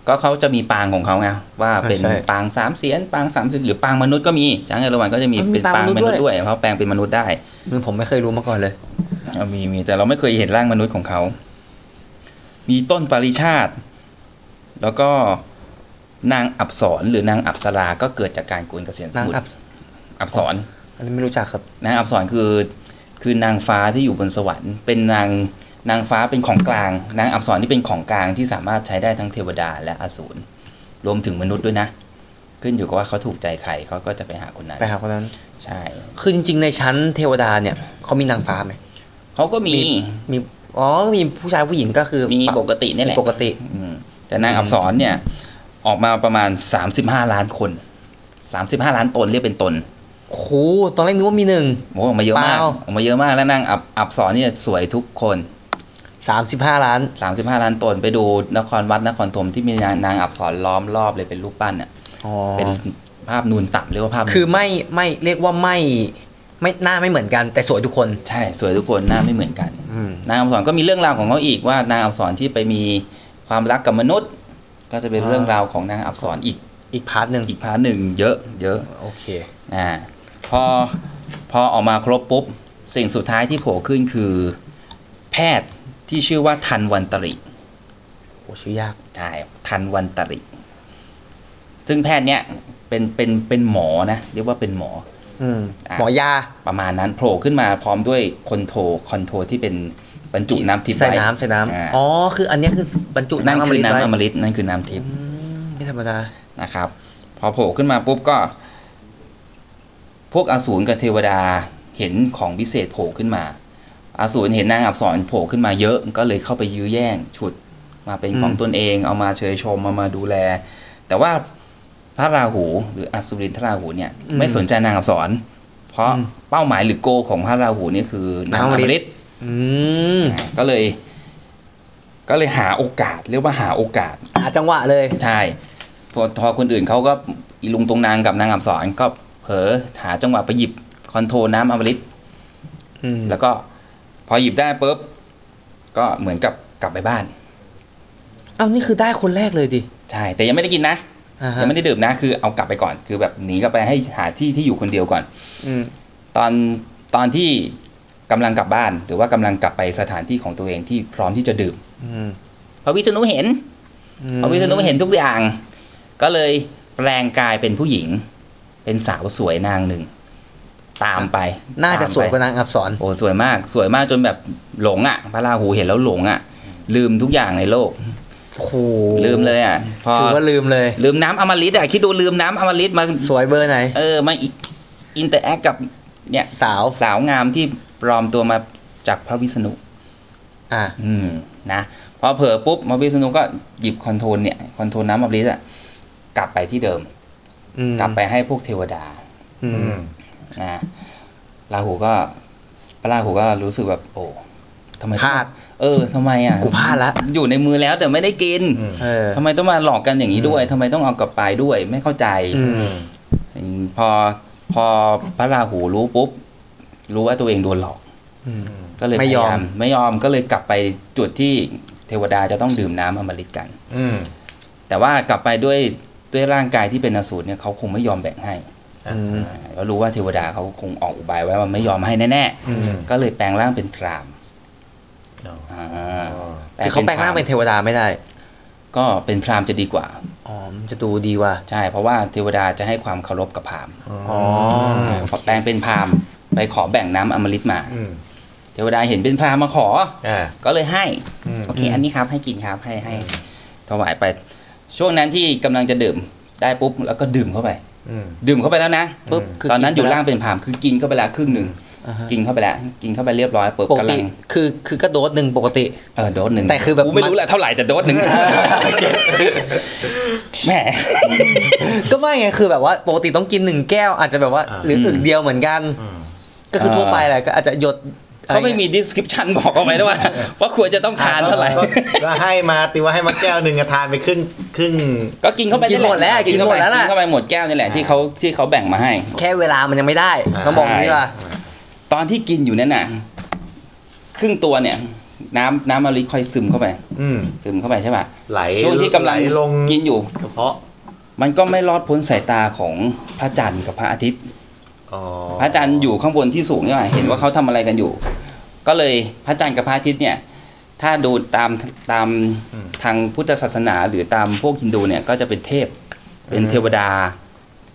[SPEAKER 4] ก็เขาจะมีปางของเขาไงว่าเป็น
[SPEAKER 1] อ่าใช่
[SPEAKER 4] ปางสามเสียนปางสามสิบหรือปางมนุษย์ก็มีช้างเอราวัณก็จะมี
[SPEAKER 1] มันมี
[SPEAKER 4] เป็นปา
[SPEAKER 1] ปาง ง
[SPEAKER 4] ม
[SPEAKER 1] มนุ
[SPEAKER 4] นุษ
[SPEAKER 1] ษย์
[SPEAKER 4] ย์
[SPEAKER 1] ด้
[SPEAKER 4] ด้ว
[SPEAKER 1] วย ย
[SPEAKER 4] เขาแปลงเป็นมนุษย์ได้
[SPEAKER 1] นี่ผมไม่เคยรู้มาก่อนเลย
[SPEAKER 4] เอามีมีแต่เราไม่เคยเห็นร่างมนุษย์ของเขา มีต้นปาริชาติ แล้วก็นางอับสรหรือนางอับสราก็เกิดจากการกวนเกษียณส
[SPEAKER 1] นาง
[SPEAKER 4] มุทร
[SPEAKER 1] อับ
[SPEAKER 4] อับสร
[SPEAKER 1] อันนี้ไม่รู้จักครับ
[SPEAKER 4] นางอับสรคือ คือนางฟ้าที่อยู่บนสวรรค์ เป็นนาง นางฟ้าเป็นของกลาง นางอับสรนี่เป็นของกลางที่สามารถใช้ได้ทั้งเทวดาและอสูรรวมถึงมนุษย์ด้วยนะ ขึ้นอยู่กับว่าเขาถูกใจใครเขาก็จะไปหาคนนั้น
[SPEAKER 2] ไปหาคนนั้น
[SPEAKER 4] ใช่
[SPEAKER 1] คือจริงๆในชั้นเทวดาเนี่ยเขามีนางฟ้าไหม
[SPEAKER 4] เขาก็มี
[SPEAKER 1] มีอ๋อมีผู้ชายผู้หญิงก็คือ
[SPEAKER 4] มีปกตินี่แหละ
[SPEAKER 1] ปกติ
[SPEAKER 4] อืมแต่นางอับสรเนี่ย ออกมาประมาณ 35 ล้านคน 35 ล้านตนเรียกเป็นตน
[SPEAKER 1] โอ้โหตอนแรกนึกว่ามีหนึ่ง
[SPEAKER 4] โอ้ออกมาเยอะมาก
[SPEAKER 1] ว้าว
[SPEAKER 4] ออกมาเยอะมากแล้วนางอับอับสรเนี่ยสวยทุกคน
[SPEAKER 1] สามสิบห้าล้าน
[SPEAKER 4] 35 ล้านตนไปดูนครวัดนครธมที่มีนางนางอับสรล้อมรอบเลยเป็นรูปปั้นอ่ะ
[SPEAKER 1] อ๋อ
[SPEAKER 4] เป็นภาพนูนต่ำเรียกว่าภาพนูน
[SPEAKER 1] คือไม่ไม่เรียกว่าไม่ไม่หน้าไม่เหมือนกัน แต่สวยทุกคน
[SPEAKER 4] ใช่สวยทุกคนหน้าไม่เหมือนกัน
[SPEAKER 1] อืม
[SPEAKER 4] นางอับสรก็มีเรื่องราวของเขาอีกว่านางอับสรที่ไปมีความรักกับมนุษย์ ก็จะเป็นเรื่องราวของนางอับสรอีก
[SPEAKER 1] อีกพาร์ทหนึ่ง
[SPEAKER 4] อีกพาร์ทหนึ่งเยอะเยอะ
[SPEAKER 1] โอเค
[SPEAKER 4] อ่าพอพอออกมาครบปุ๊บ สิ่งสุดท้ายที่โผล่ขึ้นคือ แพทย์ที่ชื่อว่าทันวันตริ
[SPEAKER 1] โอ้ชื่อยาก
[SPEAKER 4] ใช่ทันวันตริ ซึ่งแพทย์เนี้ยเป็นเป็นเป็นหมอนะ เรียกว่าเป็นหมอ
[SPEAKER 1] อืม
[SPEAKER 4] อ่ะ
[SPEAKER 1] หมอยา
[SPEAKER 4] ประมาณนั้นโผล่ขึ้นมาพร้อมด้วยคอนโทรคอนโทรที่เป็นบรรจุน้ำทิพย์
[SPEAKER 1] ใส่
[SPEAKER 4] ไว้
[SPEAKER 1] น้ำใส่
[SPEAKER 4] อ่า
[SPEAKER 1] น้ำอ๋อ คืออันเนี้ยคือบรรจุ
[SPEAKER 4] นั่น
[SPEAKER 1] น้ำอม
[SPEAKER 4] คือ
[SPEAKER 1] ฤต
[SPEAKER 4] น้ำ
[SPEAKER 1] ไว้
[SPEAKER 4] อมฤตนั่นคือน้ำทิพย์
[SPEAKER 1] อืมไม่ธรรมดา
[SPEAKER 4] นะครับ พอโผล่ขึ้นมาปุ๊บก็ พวกอสูรกับเทวดาเห็นของวิเศษโผล่ขึ้นมา อสูรเห็นนางอับสรโผล่ขึ้นมาเยอะก็เลยเข้าไปยื้อแย่งฉุดมาเป็นของ
[SPEAKER 1] อืม
[SPEAKER 4] ตนเองเอามาเชยชมมามาดูแล แต่ว่าพระราหูหรืออสุรินทราหูเนี่ยไม่สนใจนางอับสรเพราะเป้าหมายหรือโกของพระราหูเนี่ยคือนางอมฤต
[SPEAKER 1] อืม
[SPEAKER 4] ก็เลย ก็เลยหาโอกาสเรียกว่าหาโอกาส
[SPEAKER 1] หาจังหวะเลย
[SPEAKER 4] ใช่พอทอคนอื่นเขาก็อีลุงตรงนางกับนางอับสอนก็เผลอหาจังหวะไปหยิบคอนโทรลน้ำอมฤต
[SPEAKER 1] อืม
[SPEAKER 4] แล้วก็พอหยิบได้ปุ๊บก็เหมือนกับกลับไปบ้าน
[SPEAKER 1] เอ้านี่คือได้คนแรกเลยดิ
[SPEAKER 4] ใช่ แต่ยังไม่ได้กินนะ
[SPEAKER 1] อ่าฮะ
[SPEAKER 4] ยังไม่ได้ดื่มนะ คือเอากลับไปก่อน คือแบบหนีกลับไปให้หาที่ที่อยู่คนเดียวก่อน
[SPEAKER 1] อืม
[SPEAKER 4] ตอนตอนที่กำลังกลับบ้าน หรือว่ากำลังกลับไปสถานที่ของตัวเองที่พร้อมที่จะดื่ม
[SPEAKER 1] อืม
[SPEAKER 4] พระวิษณุเห็น พระวิษณุเห็นทุกอย่าง ก็เลยแปลงกายเป็นผู้หญิง เป็นสาวสวยนางหนึ่ง ตามไป
[SPEAKER 1] น่าจะ
[SPEAKER 4] ตมไป
[SPEAKER 1] สวยกว่านางอับสร
[SPEAKER 4] โอ้สวยมาก สวยมากจนแบบหลงอ่ะ พระราหูเห็นแล้วหลงอ่ะ ลืมทุกอย่างในโลก
[SPEAKER 1] โอ้โห
[SPEAKER 4] ลืมเลยอ่ะ พอ
[SPEAKER 1] ถือว่าลืมเลย
[SPEAKER 4] ลืมน้ำอมฤตอ่ะ คิดดูลืมน้ำอมฤตมา
[SPEAKER 1] สวยเบอร์ไหน
[SPEAKER 4] เออ มาอินเตอร์แอคกับเนี่ย
[SPEAKER 1] สาว
[SPEAKER 4] สาวงามที่ปลอมตัวมาจากพระวิษณุ
[SPEAKER 1] อ่ะ
[SPEAKER 4] อืมนะพอเผลอปุ๊บมาวิษณุก็หยิบคอนโทรลเนี่ยคอนโทรลน้ำอับลิสอะกลับไปที่เดิม
[SPEAKER 1] อืม
[SPEAKER 4] กลับไปให้พวกเทวดา
[SPEAKER 1] อืม
[SPEAKER 4] นะราหูก็พระราหูก็รู้สึกแบบโอ้ทำไม
[SPEAKER 1] พลาด
[SPEAKER 4] เออทำไมอ่ะ
[SPEAKER 1] กูพลาดละ
[SPEAKER 4] อยู่ในมือแล้วแต่ไม่ได้กิน
[SPEAKER 1] เออ
[SPEAKER 4] ทำไมต้องมาหลอกกันอย่างนี้ด้วยทำไมต้องเอากลับไปด้วยไม่เข้าใจ
[SPEAKER 1] อืม
[SPEAKER 4] พอพอพระราหูรู้ปุ๊บ รู้ว่าตัวเองโดนหลอกก็เลย
[SPEAKER 1] ไม่ยอม
[SPEAKER 4] พาาไม่ยอมก็เลยกลับไปจุดที่เทวดาจะต้องดื่มน้ำอมฤตกัน
[SPEAKER 2] อืม
[SPEAKER 4] แต่ว่ากลับไปด้วยด้วยร่างกายที่เป็นอสูรเนี่ยเขาคงไม่ยอมแบ่งให้
[SPEAKER 1] อืม
[SPEAKER 4] อ่าเขารู้ว่าเทวดาเขาคงออกอุบายไว้ว่าไม่ยอมให้แน่
[SPEAKER 2] อืม
[SPEAKER 4] ๆก็เลยแปลงร่างเป็นพราม
[SPEAKER 2] อ๋อ
[SPEAKER 4] อ่า
[SPEAKER 1] คือเขาแปลงร่างเป็น
[SPEAKER 4] พ
[SPEAKER 1] เทวดาไม่ได้
[SPEAKER 4] ก็เป็นพรามจะดีกว่า
[SPEAKER 1] อ๋อมันจะดูดีว่ะ
[SPEAKER 4] ใช่ เพราะว่าเทวดาจะให้ความเคารพกับพราม
[SPEAKER 1] อ๋อ
[SPEAKER 4] พอแปลงเป็นพรามไปขอแบ่งน้ำอมฤตมา
[SPEAKER 2] อืม
[SPEAKER 4] เทวดาเห็นเป็นพรามมาขอ
[SPEAKER 2] อ่า
[SPEAKER 4] ก็เลยให้
[SPEAKER 2] อืม
[SPEAKER 4] โอเค อันนี้ครับให้กินครับให้ให้ ถวายไป ช่วงนั้นที่กำลังจะดื่มได้ปุ๊บแล้วก็ดื่มเข้าไป
[SPEAKER 2] อืม
[SPEAKER 4] ดื่มเข้าไปแล้วนะปุ๊บ
[SPEAKER 1] อืม
[SPEAKER 4] ตอนนั้น
[SPEAKER 1] คือกินไป
[SPEAKER 4] อยู่ล่างเป็นผามคือกินเข้าไปแล้วครึ่งหนึ่ง
[SPEAKER 1] อ่าฮะ
[SPEAKER 4] กินเข้าไปแล้วกินเข้าไปเรียบร้อยปุ๊บ
[SPEAKER 1] ปก
[SPEAKER 4] กำลั
[SPEAKER 1] ติ
[SPEAKER 4] ง
[SPEAKER 1] คือคือก็โดสหนึ่งปกติ
[SPEAKER 4] เออโดสหนึ่ง
[SPEAKER 1] แต่คือแบบ
[SPEAKER 4] กูไม่
[SPEAKER 1] มัน
[SPEAKER 4] รู้แหละเท่าไหร่แต่โดสหนึ่งแหม
[SPEAKER 1] ก็ไม่ไงคือแบบว่าปกติต้องกินหนึ่งแก้วอาจจะแบบว่า
[SPEAKER 2] อ่า
[SPEAKER 1] หรืออึกเดียวเหมือนกัน ก็คือทั่วไปแหละก็อาจจะหยดอะร
[SPEAKER 4] เขาไม่มี description บอกเอาไว้ด้วยว่าว่าควรจะต้องทานเท่าไหร่
[SPEAKER 2] ก็ก็ให้มาติว่าให้มาแก้วหนึ่งอะทานไปครึ่งครึ่ง
[SPEAKER 4] ก็กินเข้าไป
[SPEAKER 1] กินหมดแล้วกินหมดแล้ว
[SPEAKER 4] กิ
[SPEAKER 1] ล่ะ
[SPEAKER 4] นเข้าไปหมดแก้วนี่แหละที่เขาที่เขาแบ่งมาให้
[SPEAKER 1] แค่เวลามันยังไม่ได้
[SPEAKER 2] อ่า
[SPEAKER 1] ต้องบอกอย่างนี้ว่า
[SPEAKER 4] ตอนที่กินอยู่นั่นน่ะครึ่งตัวเนี่ย น้ำน้ำมะลิค่อยซึมเข้าไป
[SPEAKER 2] อืม
[SPEAKER 4] ซึมเข้าไปใช่ป่ะ
[SPEAKER 2] ไหล
[SPEAKER 4] ช่วงที่กำลัง
[SPEAKER 2] ไหลง
[SPEAKER 4] กินอยู่
[SPEAKER 2] กระเพาะ
[SPEAKER 4] มันก็ไม่รอดพ้นสายตาของพระจันทร์กับพระอาทิตย์
[SPEAKER 2] อ๋อ
[SPEAKER 4] พระจันทร์อยู่ข้างบนที่สูงเนี่ยเห็นว่าเขาทำอะไรกันอยู่ ก็เลยพระจันทร์กับพระอาทิตย์เนี่ย ถ้าดูตามตามทางพุทธศาสนาหรือตามพวกฮินดูเนี่ยก็จะเป็นเทพ เป็นเทวดา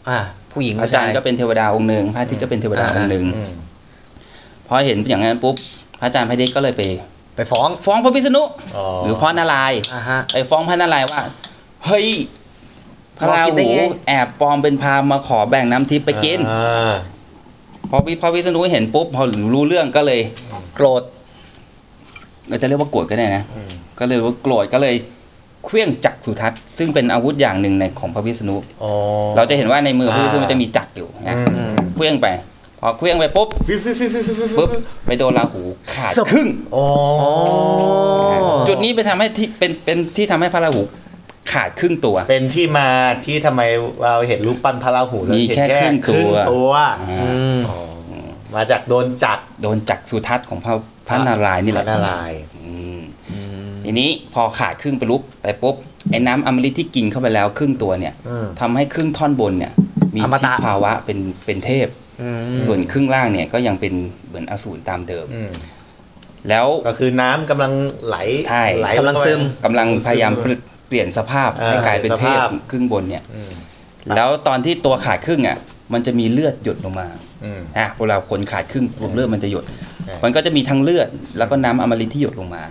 [SPEAKER 1] อ่าผู้หญิง
[SPEAKER 4] พระ
[SPEAKER 1] ผู้
[SPEAKER 4] จัน
[SPEAKER 1] ชา
[SPEAKER 4] ท
[SPEAKER 1] ย
[SPEAKER 4] ร์ก็เป็นเทวดาองค์หนึ่งพระอาทิตย์ก็เป็นเทวดาองค์หนึ่ง
[SPEAKER 2] อืม
[SPEAKER 4] พอเห็นอย่างนั้นปุ๊บพระอาจารย์พระเดชก็เลยไป
[SPEAKER 1] ไปฟ้อง
[SPEAKER 4] ฟ้องพระพิษณุ
[SPEAKER 2] อ๋อ
[SPEAKER 4] หรือพระนารายณ์
[SPEAKER 1] อ่าฮะ
[SPEAKER 4] ไปฟ้องพระนารายณ์ว่าเฮ้ยพระรา
[SPEAKER 1] มากินได้
[SPEAKER 4] หู
[SPEAKER 1] ไง
[SPEAKER 4] แอบปลอมเป็นพราหมณ์มาขอแบ่งน้ำทิพย์ไปกิน
[SPEAKER 2] อ่า
[SPEAKER 4] พอพิพระพิษณุเห็นปุ๊บพอรู้เรื่องก็เลย
[SPEAKER 1] โกรธ
[SPEAKER 4] เราจะเรียกว่าโกรธก็ได้นะ ก็เลยว่าโกรธก็เลยเครื่องจักรสุทัศน์ซึ่งเป็นอาวุธอย่างหนึ่งในของพระวิษณุ
[SPEAKER 2] อ๋อ
[SPEAKER 4] เราจะเห็นว่าในมือพระวิษณุ
[SPEAKER 2] อ่า
[SPEAKER 4] จะมีจักรอยู่นะ
[SPEAKER 2] อืม
[SPEAKER 4] เครื่องไป พอเครื่องไปปุ๊บ
[SPEAKER 2] ฟิวฟิวฟิวฟิวฟิวฟิว
[SPEAKER 4] ปุ๊บไปโดนราหูขาด
[SPEAKER 1] ครึ่ง
[SPEAKER 2] อ๋อ
[SPEAKER 1] อ๋อ
[SPEAKER 4] จุดนี้เป็นทำให้ที่เป็นเป็นที่ทำให้พระราหูขาดครึ่งตัว
[SPEAKER 2] เป็นที่มาที่ทำไมเราเห็นรูปปั้นพระราหูแล้ว
[SPEAKER 4] มี
[SPEAKER 2] เห็น
[SPEAKER 4] แค่
[SPEAKER 2] แค่
[SPEAKER 4] ครึ่ง
[SPEAKER 2] ครึ่ง
[SPEAKER 4] ตัว
[SPEAKER 2] ตัว
[SPEAKER 1] อืม
[SPEAKER 2] มาจากโดนจักร
[SPEAKER 4] โดนจักรสุทัศน์ของพระพระนารายณ์นี่
[SPEAKER 2] พ
[SPEAKER 4] แห
[SPEAKER 2] ระ
[SPEAKER 4] ละ
[SPEAKER 2] นารายณ์
[SPEAKER 4] อืมทีนี้พอขาดครึ่งไปปุ๊บไปปุ๊บไอ้น้ำอมฤตที่กินเข้าไปแล้วครึ่งตัวเนี่ย
[SPEAKER 2] อืม
[SPEAKER 4] ทำให้ครึ่งท่อนบนเนี่ย มีทิพภาวะเป็นเป็นเทพ
[SPEAKER 1] อืม
[SPEAKER 4] ส่วนครึ่งล่างเนี่ยก็ยังเป็นเหมือนอสูรตามเดิม แล้ว
[SPEAKER 2] ก็คือน้ำกำลังไหล
[SPEAKER 4] ใช่
[SPEAKER 2] ไหล
[SPEAKER 1] กำลังซึม
[SPEAKER 4] กำลังพยายามเปลี่ยนสภาพ
[SPEAKER 2] อ่า
[SPEAKER 4] ให้กลายเป็นเท
[SPEAKER 2] ส
[SPEAKER 4] พ
[SPEAKER 2] ภาพ
[SPEAKER 4] ครึ่งบนเนี่ยแล้วตอนที่ตัวขาดครึ่งอ่ะมันจะมีเลือดหยดลงมา
[SPEAKER 2] อืม
[SPEAKER 4] อ่ะเวลาคนขาดครึ่งปุ๊บเลือดมันจะหยด
[SPEAKER 2] อ่ามั
[SPEAKER 4] มันก็จะมีทั้งเลือด แล้วก็น้ำอมฤตที่หยดลงมา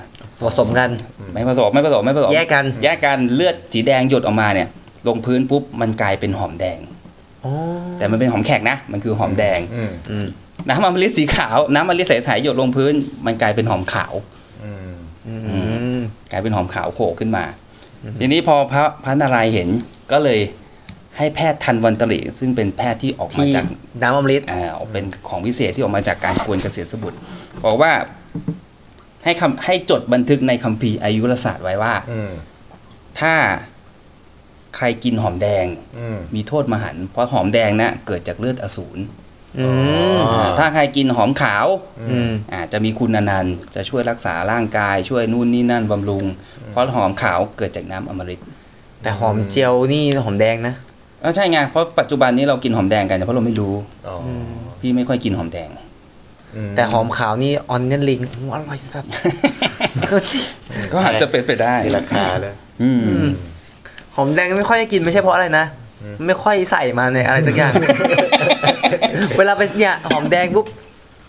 [SPEAKER 1] ผสมกัน
[SPEAKER 4] ไม่ผสมไม่ผสมไม่ผสม
[SPEAKER 1] แยกกัน
[SPEAKER 4] แยกกันเลือดสีแดงหยดออกมาเนี่ย ลงพื้นปุ๊บมันกลายเป็นหอมแดง
[SPEAKER 1] อ๋อ
[SPEAKER 4] แต่มันเป็นหอมแขกนะ มันคือหอมแดง
[SPEAKER 2] อืม
[SPEAKER 4] น้ำอมฤตสีขาว น้ำอมฤตใสๆหยดลงพื้น มันกลายเป็นหอมขาว
[SPEAKER 2] อืม
[SPEAKER 1] อืม
[SPEAKER 4] กลายเป็นหอมขาวโขกขึ้นมา ทีนี้พอพระพระนารายณ์เห็นก็เลยให้แพทย์ทันวันตรีซึ่งเป็นแพทย์ที่ออกมา
[SPEAKER 1] ที่
[SPEAKER 4] จาก
[SPEAKER 1] น้ำอมฤต
[SPEAKER 4] อ่าเป็นของวิเศษที่ออกมาจากการกวนเกษตรสบุตรบอกว่าให้คำให้จดบันทึกในคัมภีร์อายุรศาสตร์ไว้ว่า
[SPEAKER 2] อืม
[SPEAKER 4] ถ้าใครกินหอมแดง
[SPEAKER 2] อืม
[SPEAKER 4] มีโทษมหันต์เพราะหอมแดงนะเกิดจากเลือดอสูร
[SPEAKER 1] อืม
[SPEAKER 2] อ่า
[SPEAKER 4] ถ้าใครกินหอมขาว
[SPEAKER 1] อืม
[SPEAKER 4] อาจจะมีคุณอนันต์จะช่วยรักษาร่างกายช่วยนู่นนี่นั่นบำรุง เพราะหอมขาวเกิดจากน้ำอมฤต
[SPEAKER 1] แต่หอมเจียวนี่หอมแดงนะ
[SPEAKER 4] เออใช่ไงเพราะปัจจุบันนี้เรากินหอมแดงกันแต่เพราะเราไม่รู้
[SPEAKER 2] อ๋อ
[SPEAKER 4] พี่ไม่ค่อยกินหอมแดง
[SPEAKER 2] อืม
[SPEAKER 1] แต่หอมขาวนี่ออนเนียนลิงโอ้โหอร่อยสัส
[SPEAKER 4] ก็อาจจะเป็นไปได้
[SPEAKER 2] มีราคาด้วย
[SPEAKER 4] อืม
[SPEAKER 1] หอมแดงไม่ค่อยได้กินไม่ใช่เพราะอะไรนะ ไม่ค่อยใส่มาในอะไรสัก อย่าง เวลาไปเนี่ยหอมแดงปุ๊บ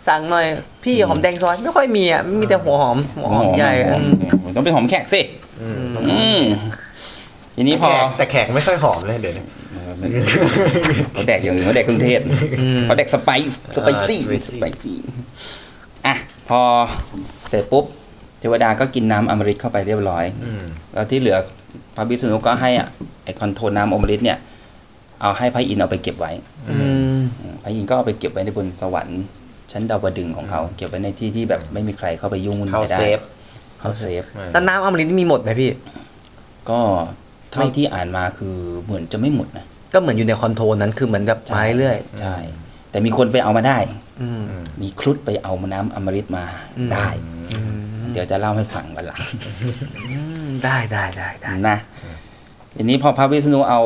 [SPEAKER 1] สั่งหน่อย พี่หอมแดงซอยไม่ค่อยมีอ่ะมีแต่หัวหอมหัวหอมใหญ่
[SPEAKER 4] หอม
[SPEAKER 1] อืม
[SPEAKER 4] หอมต้องเป็นหอมแขกสิอืมทีนี้พอ
[SPEAKER 2] แขกแต่แขกไม่ค่อยหอมเลยเดี๋ยวนี้
[SPEAKER 4] เขาแดกอย่างอื่นเขาแดกเครื่องเทศเขาแดกสไปซ์สไปซี่สไปซี่อ่ะพอเสร็จปุ๊บเทวดาก็กินน้ำอมฤตเข้าไปเรียบร้อย
[SPEAKER 2] อืม
[SPEAKER 4] แล้วที่เหลือพระวิษณุก็ให้อ่ะไอคอนโทรลน้ำอมฤตเนี่ย เอาให้พระอินทร์เอาไปเก็บไว้
[SPEAKER 1] อืม
[SPEAKER 4] อืมพระอินทร์ก็เอาไปเก็บไว้ในบนสวรรค์ ชั้นดาวดึงส์ของเขา เก็บไว้ในที่ที่แบบไม่มีใครเข้าไปยุ่งวุ่น
[SPEAKER 2] เข้า
[SPEAKER 4] ไม่ได้
[SPEAKER 2] เซฟ
[SPEAKER 4] เข้าเซฟ
[SPEAKER 1] แล้วน้ำอมฤตนี่มีหมดไหมพี่
[SPEAKER 4] ก็เท่าที่อ่านมาคือเหมือนจะไม่หมดนะ
[SPEAKER 1] ก็เหมือนอยู่ในคอนโทรลนั้นคือเหมือนแบบมาเรื่อย
[SPEAKER 4] ใช่ แต่มีคนไปเอามาได้
[SPEAKER 1] ๆอืม
[SPEAKER 4] มีครุฑไปเอาน้ำอมฤตมาได้ เดี๋ยวจะเล่าให้ฟังวันหลัง
[SPEAKER 1] ได้ได้ได้ได้
[SPEAKER 4] นะทีนี้พอพระวิษณุเอา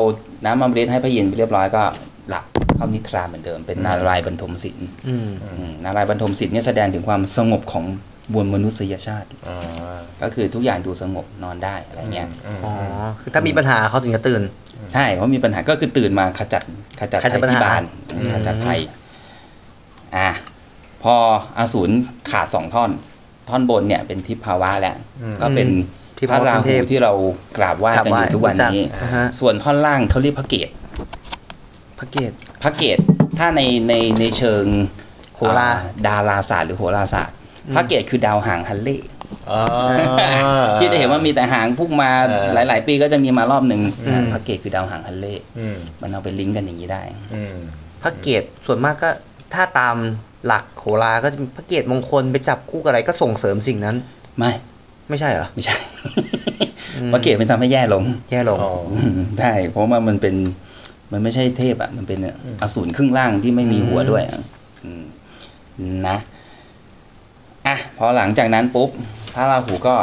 [SPEAKER 4] น้ำอมฤตให้พระอินทร์ไปเรียบร้อยก็หลับเข้านิทราเหมือนเดิม เป็นนารายณ์บรรทมศิลป์
[SPEAKER 1] อืม
[SPEAKER 4] อืมนารายณ์บรรทมศิลป์เนี่ยแสดงถึงความสงบของมวลมนุษยชาติ
[SPEAKER 2] อ๋อ
[SPEAKER 4] ก็คือทุกอย่างดูสงบนอนได้อะไรเงี้ย
[SPEAKER 2] อืม
[SPEAKER 1] อ๋อ คือถ้ามีปัญหาเขาถึงจะตื่น
[SPEAKER 4] ใช่เพราะมีปัญหาก็คือตื่นมาขจัดขจัด
[SPEAKER 1] ขจั
[SPEAKER 4] ภั
[SPEAKER 1] ด
[SPEAKER 4] ย
[SPEAKER 1] ปัญหา
[SPEAKER 4] ที่บ้านอืมขจัดภัยอ่ะพออสูรขาดสองท่อน ท่อนบนเนี่ยเป็นทิพภาวะแล้วก็เป็น
[SPEAKER 1] ที่
[SPEAKER 4] พระ
[SPEAKER 1] พะ
[SPEAKER 4] รา
[SPEAKER 1] เป็นเท
[SPEAKER 4] หู
[SPEAKER 1] พ
[SPEAKER 4] ที่เรากราบไหว้กันอยู่ทุกวันนี้
[SPEAKER 1] กราบไหว้อ่าฮะ
[SPEAKER 4] ส่วนท่อนล่างเขาเรียกพระเกศ
[SPEAKER 1] พระเกต
[SPEAKER 4] พระเกตถ้าในในในเชิง
[SPEAKER 1] โหรา
[SPEAKER 4] อ่ดาราศาสตร์หรือโหราศาสตร์ พระเกตคือดาวหางฮันเล่
[SPEAKER 2] อ๋อ
[SPEAKER 4] ที่จะเห็นว่ามีแต่หางพุ่งมา
[SPEAKER 2] เออ
[SPEAKER 4] หลาย ๆ ปีก็จะมีมารอบหนึ่งนะพระเกตคือดาวหางฮันเล่
[SPEAKER 2] อืม
[SPEAKER 4] มันเอาไปลิงก์กันอย่างนี้ได้
[SPEAKER 2] อืม
[SPEAKER 1] พระเกตส่วนมากก็ถ้าตามหลักโหราก็จะมีพระเกตมงคลไปจับคู่กับอะไรก็ส่งเสริมสิ่งนั้น
[SPEAKER 4] ไม่
[SPEAKER 1] ไม่ใช่เหรอ
[SPEAKER 4] ไม่ใช่ พระเกตมันทำให้แย่ลง
[SPEAKER 1] แย่ลง
[SPEAKER 2] อ๋อ
[SPEAKER 4] ได้ เพราะว่ามันเป็นมันไม่ใช่เทพอ่ะ มันเป็นอสูรครึ่งล่างที่ไม่มีหัวด้วยอะอืมนะอ่ะพอหลังจากนั้นปุ๊บพระราหูก็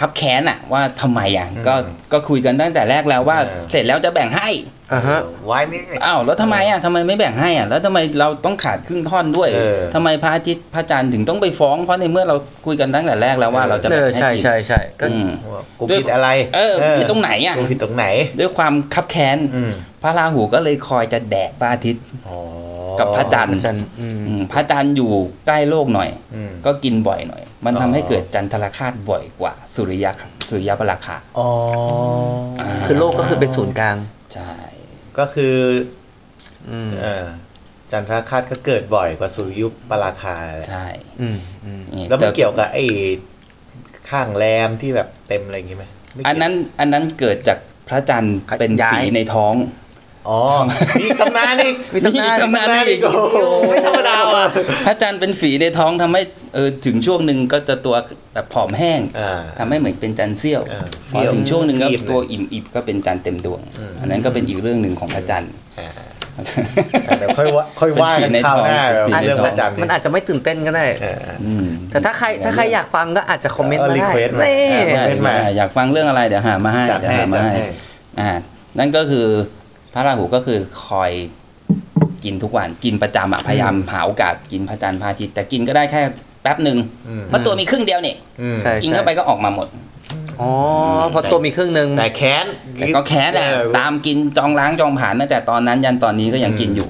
[SPEAKER 4] คับแค้นอ่ะ ว่าทำไมอ่ะก็
[SPEAKER 2] อืม
[SPEAKER 4] ก็คุยกันตั้งแต่แรกแล้วว่า
[SPEAKER 2] เออ
[SPEAKER 4] เสร็จแล้วจะแบ่งให้
[SPEAKER 1] อ่าฮะ
[SPEAKER 2] ไว้ไม่ไม่
[SPEAKER 4] อ้าวแล้วทำไมอ่ะทำไมไม่แบ่งให้อ่ะแล้วทำไมเราต้องขาดครึ่งท่อนด้วย
[SPEAKER 2] เออ
[SPEAKER 4] ทำไมพระอาทิตย์พระจันทร์ถึงต้องไปฟ้องเพราะในเมื่อเราคุยกันตั้งแต่แรกแล้วว่าเราจะ
[SPEAKER 1] เอ
[SPEAKER 4] แบ่ง
[SPEAKER 1] อ
[SPEAKER 4] ให้
[SPEAKER 1] ใช่
[SPEAKER 4] กิน
[SPEAKER 1] ใช่ใช่ก็
[SPEAKER 4] อืม
[SPEAKER 2] ว่ากูผิดอะไร
[SPEAKER 4] เออกูผิดตรงไหนอะ
[SPEAKER 2] กูผิดตรงไหน
[SPEAKER 4] ด้วยความคับแค้น
[SPEAKER 2] อืม
[SPEAKER 4] พระราหูก็เลยคอยจะแดกพระอาทิตย์
[SPEAKER 2] อ๋อ
[SPEAKER 4] กับพระจันทร์
[SPEAKER 1] พระจันทร์อืม
[SPEAKER 4] อืมพระจันทร์อยู่ใกล้โลกหน่อย
[SPEAKER 2] อืม
[SPEAKER 4] ก็กินบ่อยหน่อย มัน
[SPEAKER 2] อ๋อ
[SPEAKER 4] ทำให้เกิดจันทรคาตบ่อยกว่าสุริยะสุริยปราคา
[SPEAKER 2] อ๋อ
[SPEAKER 4] อ่า
[SPEAKER 1] คือโลกก็คือเป็นศูนย์กลาง
[SPEAKER 4] ใช่
[SPEAKER 2] ก็คือ
[SPEAKER 1] อืม
[SPEAKER 2] เอ่อจันทรคาตก็เกิดบ่อยกว่าสุริยุปราคาแหละ
[SPEAKER 4] ใช่
[SPEAKER 1] อืมอืม
[SPEAKER 4] นี่
[SPEAKER 2] แล้วมัน
[SPEAKER 4] ต่
[SPEAKER 2] เกี่ยวกับไอ้ข้างแรมที่แบบเต็มอะไรอย่างงี้ไหมไม่เกี่ยว
[SPEAKER 4] อันนั้นอันนั้นเกิดจากพระจันทร์เป็นสีในท้อง
[SPEAKER 2] อ๋อนี่ตำนานนี่
[SPEAKER 1] มีตำนาน
[SPEAKER 4] มีตำนาน
[SPEAKER 1] อีก
[SPEAKER 2] โอ้โหไม่ธรรมดาว่ะ
[SPEAKER 4] พระจันทร์เป็นฝีในท้องทำให้เออถึงช่วงหนึ่งก็จะตัวแบบผอมแห้ง
[SPEAKER 2] อ่า
[SPEAKER 4] ทำให้เหมือนเป็นจันทร์เสี้ยว
[SPEAKER 2] เออ
[SPEAKER 4] พอถึงช่วงหนึ่งก็
[SPEAKER 2] อิ่มเลย
[SPEAKER 4] ตัวอิ่มอิบก็เป็นจันทร์เต็มดวง
[SPEAKER 2] อืม
[SPEAKER 4] อันนั้นก็เป็นอีกเรื่องหนึ่งของพระจันทร์
[SPEAKER 2] อ่าเดี๋ยวค่อยว่าค่อยว่ากัน
[SPEAKER 4] เป็นสีใน
[SPEAKER 2] คราวหน้า
[SPEAKER 4] ทอง
[SPEAKER 1] อาจ
[SPEAKER 2] เรื่อง
[SPEAKER 1] จะ
[SPEAKER 2] พระจันทร์
[SPEAKER 1] มันอาจจะไม่ตื่นเต้นก็ได้
[SPEAKER 2] เออ
[SPEAKER 4] อืม
[SPEAKER 1] แต่ถ้าใครถ้าใครอยากฟังก็อาจจะคอมเมนต์มา
[SPEAKER 2] เออ
[SPEAKER 1] ได้
[SPEAKER 2] request มา
[SPEAKER 1] นี่
[SPEAKER 2] อ่ะ เป็นมา
[SPEAKER 4] อยากฟังเรื่องอะไรเดี๋ยวหามาให้
[SPEAKER 2] จัด
[SPEAKER 4] เดี๋ยว
[SPEAKER 2] ให้จัด
[SPEAKER 4] หามาให้
[SPEAKER 2] ให้
[SPEAKER 4] อ่านั่นก็คือพระราหูก็คือคอยกินทุกวันกินประจำอะพยายามหาโอกาสกินพระจันทร์พระอาทิตย์แต่กินก็ได้แค่แป๊บหนึ่ง
[SPEAKER 2] อืม
[SPEAKER 4] เพราะตัวมีครึ่งเดียวเนี่ย
[SPEAKER 2] อืม
[SPEAKER 1] ใช่
[SPEAKER 4] กินเข้าไปก็ออกมาหมด
[SPEAKER 1] อ๋อเพอตัวมีครึ่งหนึ่ง
[SPEAKER 2] แต่แค้น
[SPEAKER 4] แต่ก็แค้นแหละตามกินจองล้างจองผ่านตั้งแต่ตอนนั้นยันตอนนี้ก็ยังกินอยู่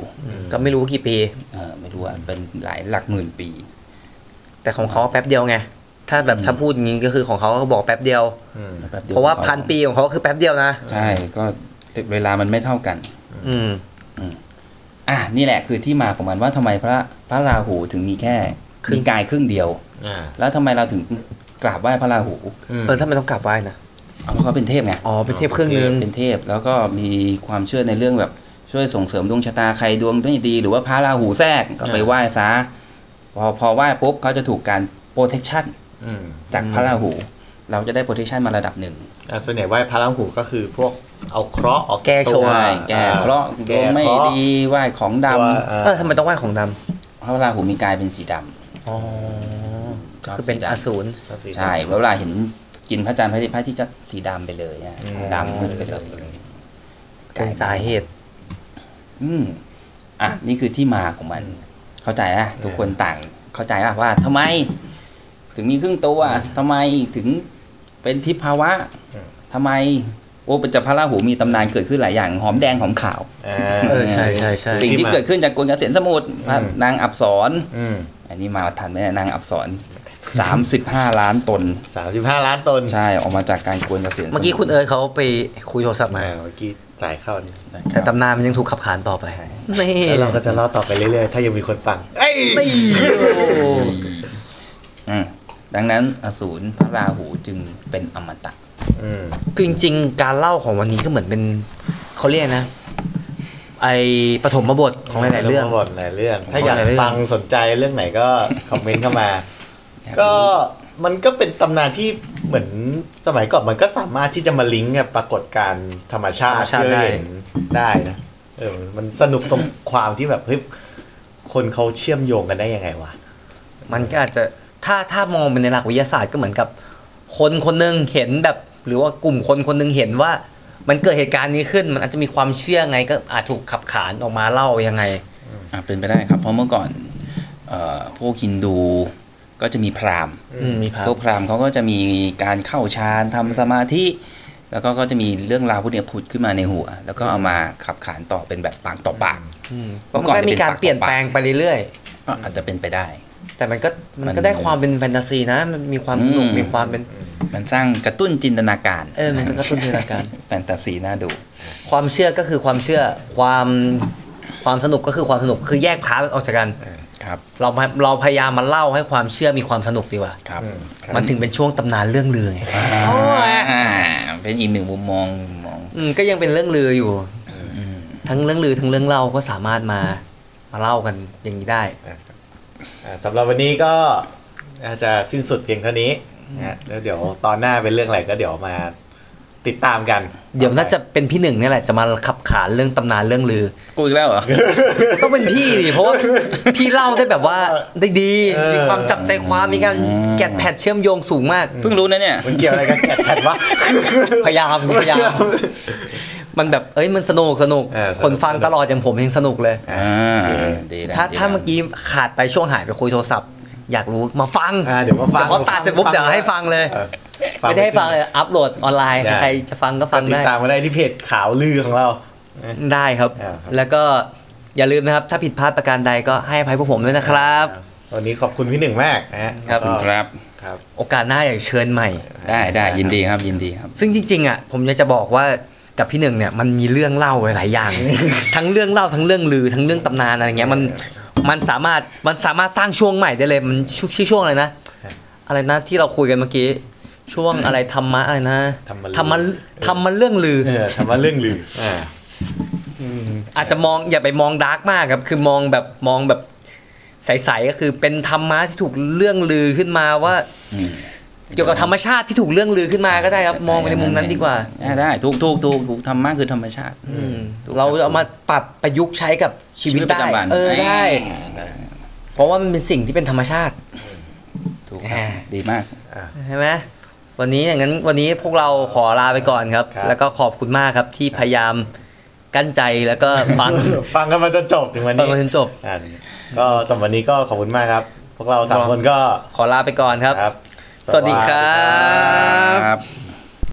[SPEAKER 1] ก็ไม่รู้กี่ปี
[SPEAKER 4] เออไม่รู้ว่าเป็นหลายหลักหมื่นปี
[SPEAKER 1] แต่ของเขาแป๊บเดียวไง ถ้าแบบถ้าพูดอย่างนี้ก็คือของเขาก็บอกแป๊บเดียว
[SPEAKER 4] แบบดีย
[SPEAKER 1] เพราะว่าพันปีของเขาคือแป๊บเดียวนะ
[SPEAKER 4] ใช่ก็เวลามันไม่เท่ากัน
[SPEAKER 1] อืม
[SPEAKER 4] อ่ะนี่แหละคือที่มาของมันว่าทำไมพระพระราหูถึงมีแค่
[SPEAKER 1] ครึ่ง
[SPEAKER 4] มีกายครึ่งเดียว แล้วทำไมเราถึงกราบไหว้พระราหู
[SPEAKER 1] เออถ้ามันต้องกลับไหว้นะ
[SPEAKER 4] เอาเพราะเขาเป็นเทพไง
[SPEAKER 1] อ๋อ เป็นเทพครึ่งหนึ่ง
[SPEAKER 4] เป็นเทพแล้วก็มีความเชื่อในเรื่องแบบช่วยส่งเสริมดวงชะตาใครดวงไม่ดี หรือว่าพระราหูแทรกก็ไปไหว้ซะพอพอไหว้ปุ๊บเขาจะถูกการ protection จากพระราหู เราจะได้ protection มาระดับหนึ่ง
[SPEAKER 2] อ่ะส่วนใหญ่ไหว้พระราหูก็คือพวกเอาเคราะห์ออก
[SPEAKER 1] แก้ชง
[SPEAKER 2] ตัว
[SPEAKER 4] ใช่แก่เคราะห์ด
[SPEAKER 2] แก้
[SPEAKER 4] วงไม่
[SPEAKER 2] เคราะห์
[SPEAKER 4] ดีไหว้ของด
[SPEAKER 2] ตัว
[SPEAKER 1] เออทำไมต้องไหว้ของด
[SPEAKER 4] ำพระราหูมีกายเป็นสีด
[SPEAKER 1] ำอ๋อ
[SPEAKER 4] ำ
[SPEAKER 1] คือเป็น
[SPEAKER 4] ชบ
[SPEAKER 1] อ
[SPEAKER 4] สีดำ
[SPEAKER 1] สูร
[SPEAKER 2] ครับสีดำ
[SPEAKER 4] ใช่เวลาเห็นกินพระจันทร์พระอาทิตย์พระอาทิตย์ก็สีดำไปเลยอะดำขึ้นไปเลย
[SPEAKER 1] เป็นสาเหตุ
[SPEAKER 4] อืมอ่ะนี่คือที่มาของมัน เข้าใจนะทุกคนต่างเข้าใจป่ะว่าทำไม ถึงมีครึ่งตัวทำไมถึงเป็นทิพภาวะทำไม โอ้ปัจจพระราหูมีตำนานเกิดขึ้นหลายอย่าง หอมแดงหอมขาว
[SPEAKER 2] อ่า
[SPEAKER 1] เออ ใช่ใช่ใช่
[SPEAKER 4] สิ่งที่
[SPEAKER 2] ที่มา
[SPEAKER 4] เกิดขึ้นจากกลเกษตรสมุทรพระ
[SPEAKER 2] อืม
[SPEAKER 4] นางอับสร
[SPEAKER 2] อืม
[SPEAKER 4] อันนี้มาทันไหมเนี่ยนางอับสรสามสิบห้าล้านตน
[SPEAKER 2] สามสิบห้าล้านตน
[SPEAKER 4] ใช่ออกมาจากการกวนเกษตรสท
[SPEAKER 1] เมื่อกี้คุณเอิร์ธเขาไปคุยโทรศัพท์มา
[SPEAKER 2] อ่าเมื่อกี้สายเข้านี่
[SPEAKER 1] แต่ตำนานมันยังถูกขับขานต่อไป นี่
[SPEAKER 2] แล้วเราก็จะเล่าต่อไปเรื่อยๆ ถ้ายังมีคนฟังเอ้ย
[SPEAKER 1] นี่โอ้
[SPEAKER 4] อืมดังนั้นอสูรพระราหูจึงเป็นอมตะ
[SPEAKER 2] อืม
[SPEAKER 1] คือจริงๆ การเล่าของวันนี้ก็เหมือนเป็นเขาเรียกนะ ไอปฐมบทของหลายๆเรื่อง
[SPEAKER 2] บทหลายเรื่อง ถ้าอยาก
[SPEAKER 1] หลายเรื่อง
[SPEAKER 2] ฟังสนใจเรื่องไหนก็ คอมเมนต์เข้ามา ก็มันก็เป็นตำนานที่เหมือนสมัยก่อนมันก็สามารถที่จะมาลิงก์กับปรากฏการณ์ธรรมชา
[SPEAKER 1] ธ
[SPEAKER 2] ติ
[SPEAKER 1] รรมชาติ
[SPEAKER 2] ที่
[SPEAKER 1] ได้
[SPEAKER 2] เราเห็นได้นะเออมันสนุกตรง ความที่แบบเฮ้ยคนเขาเชื่อมโยงกันได้ยังไงวะ
[SPEAKER 1] มันก็อาจจะถ้าถ้ามองเป็นในหลักวิทยาศาสตร์ก็เหมือนกับ คนคนหนึ่งเห็นแบบ หรือว่ากลุ่มคนคนหนึ่งเห็นว่า มันเกิดเหตุการณ์นี้ขึ้น มันอาจจะมีความเชื่อไงก็อาจถูกขับขานออกมาเล่ายังไง
[SPEAKER 4] อ่ะเป็นไปได้ครับ เพราะเมื่อก่อนเอ่อพวกฮินดูก็จะมีพราหมณ์
[SPEAKER 1] อืมมีพระ
[SPEAKER 4] พวกพราหมณ์เขาก็จะมีการเข้าฌานทำสมาธิ แล้วก็ก็จะมีเรื่องราวพวกเนี้ยผุดขึ้นมาในหัว แล้วก็เอามาขับขานต่อเป็นแบบปากต่อปากเมื่
[SPEAKER 1] มันก็มีการเปลี่ยนแปลงไปเรื่อย
[SPEAKER 4] ก็อาจจะเป็นไปได้
[SPEAKER 1] ๆ แต่มันก็มัน
[SPEAKER 4] มั
[SPEAKER 1] ก็
[SPEAKER 4] น
[SPEAKER 1] ได้ความเป็นแฟนตาซีนะ มันมีความสนุก
[SPEAKER 4] อืม
[SPEAKER 1] มีความเป็น
[SPEAKER 4] มันสร้างกระตุ้นจินตนาการ
[SPEAKER 1] เออมันก็กระตุ้นจินตนาการ
[SPEAKER 4] แฟนตาซีน่าดู
[SPEAKER 1] ความเชื่อก็คือความเชื่อความความสนุกก็คือความสนุกคือแยกพาร์ทมันออกจากกัน
[SPEAKER 4] ครับ
[SPEAKER 1] เรามาเราพยายามมาเล่าให้ความเชื่อมีความสนุกดีกว่า
[SPEAKER 4] ครับ
[SPEAKER 1] มันถึงเป็นช่วงตำนานเรื่องลือไง
[SPEAKER 4] อ่าเป็นอีกหนึ่งมุมมองมุมมอง
[SPEAKER 1] อืมก็ยังเป็นเรื่องลืออยู่ ทั้งเรื่องลือทั้งเรื่องเล่าก็สามารถมามาเล่ากันอย่างนี้ได้
[SPEAKER 2] อ่าสำหรับวันนี้ก็อาจจะสิ้นสุดเพียงเท่านี้นะฮะแล้วเดี๋ยวตอนหน้าเป็นเรื่องอะไรก็เดี๋ยวมาติดตามกัน
[SPEAKER 1] เดี๋ยวน่าจะเป็นพี่หนึ่งเนี่ยแหละจะมาขับขานเรื่องตำนานเรื่องลือ
[SPEAKER 4] กูอีกแล้วเหรอ
[SPEAKER 1] ต้องเป็นพี่ดิเพราะว่าพี่เล่าได้แบบว่าได้ดีมีความจับใจความมีการแกะแผดเชื่อมโยงสูงมาก
[SPEAKER 4] เพิ่งรู้นะเนี่ย
[SPEAKER 2] มันเกี่ยวอะไรกันแกะแกะวะ
[SPEAKER 1] พยายามพยายามมันแบบเอ้ยมันสนุกสนุก
[SPEAKER 2] เออสนุก
[SPEAKER 1] คนฟัง
[SPEAKER 2] สนุก
[SPEAKER 1] ตลอดอย่างผมยังสนุกเลย
[SPEAKER 4] อ่าดีนะ
[SPEAKER 1] ถ้า
[SPEAKER 4] ดีนะ
[SPEAKER 1] ถ้าเมื่อกี้ขาดไปช่วงหายไปคุยโทรศัพท์ อยากรู้มาฟัง
[SPEAKER 2] อ่าเดี๋ยวมาฟัง
[SPEAKER 1] พอตัดเสร็จปุ๊บเดี๋ยวให้ฟังเลย
[SPEAKER 2] เออ
[SPEAKER 1] ไม่ได้ให้ฟังเลยอัพโหลดออนไลน์
[SPEAKER 2] ได้
[SPEAKER 1] ใครจะฟังก็ฟัง
[SPEAKER 2] ติด
[SPEAKER 1] ได้
[SPEAKER 2] ตามมาได้ที่เพจข่าวลือของเรา
[SPEAKER 1] ได้ครับ
[SPEAKER 2] อ่าครับ
[SPEAKER 1] แล้วก็อย่าลืมนะครับ ถ้าผิดพลาดประการใดก็ให้อภัยพวกผมด้วยนะครับ
[SPEAKER 2] วันนี้ขอบคุณพี่หนึ่งมากนะฮะ
[SPEAKER 4] ขอบคุณครับ
[SPEAKER 3] ครับ
[SPEAKER 1] โอกาสหน้าอยากเชิญใหม่
[SPEAKER 4] ได้ได้ยินดีครับยินดีครับ
[SPEAKER 1] ซึ่งจริงๆอ่ะผมอยากจะบอกว่ากับพี่หนึ่งเนี่ยมันมีเรื่องเล่าหลายๆอย่าง ทั้งเรื่องเล่าทั้งเรื่องลือทั้งเรื่องตำนานอะไรเงี้ยมันมันสามารถมันสามารถสร้างช่วงใหม่ได้เลยมันชื่อชื่อช่วงอะไรนะ อะไรนะที่เราคุยกันเมื่อกี้ช่วงอะไรธรรมะอะไรนะ
[SPEAKER 2] ธรรมะลือ
[SPEAKER 1] ธรรมะธรรมะเรื่องลือ
[SPEAKER 2] เออคำว่าเรื่องลืออ่า
[SPEAKER 1] อาจจะมองอย่าไปมองดาร์กมากครับ คือมองแบบมองแบบใสๆก็คือเป็นธรรมะที่ถูกเรื่องลือขึ้นมาว่า
[SPEAKER 4] อืม
[SPEAKER 1] เกี่ยวกับธรรมชาติที่ถูกเรื่องลือขึ้นมาก็ได้ครับ มองไปในมุมนั้นดีกว่า
[SPEAKER 4] ได้ได้ถูกถูกถูกถูกธรรมะคือธรรมชาติ
[SPEAKER 1] อืมเราเอามาปรับประยุกต์ใช้กับชีวิต
[SPEAKER 4] ชีวิตประ
[SPEAKER 1] ได้
[SPEAKER 4] จำวัน
[SPEAKER 1] เออได้
[SPEAKER 4] ได้
[SPEAKER 1] เพราะว่ามันเป็นสิ่งที่เป็นธรรมชาติ
[SPEAKER 4] ถูกครับ
[SPEAKER 1] อ่า
[SPEAKER 4] ดีมาก
[SPEAKER 1] ใช่ไหมวันนี้อย่างนั้นวันนี้พวกเราขอลาไปก่อนครับ
[SPEAKER 2] ครับ
[SPEAKER 1] แล้วก็ขอบคุณมากครับที่พยายามกั้นใจแล้วก็ฟัง
[SPEAKER 2] ฟังกันมาจนจบถึงวัน
[SPEAKER 1] ฟัง
[SPEAKER 2] นี้
[SPEAKER 1] มาจนจบ
[SPEAKER 2] อ่าก็สำหรับวันนี้ก็ขอบคุณมากครับ พวกเราสามคนก็
[SPEAKER 1] ขอลาไปก่อนครับ
[SPEAKER 2] ครับ
[SPEAKER 1] สวัสดีครับ
[SPEAKER 4] ครับ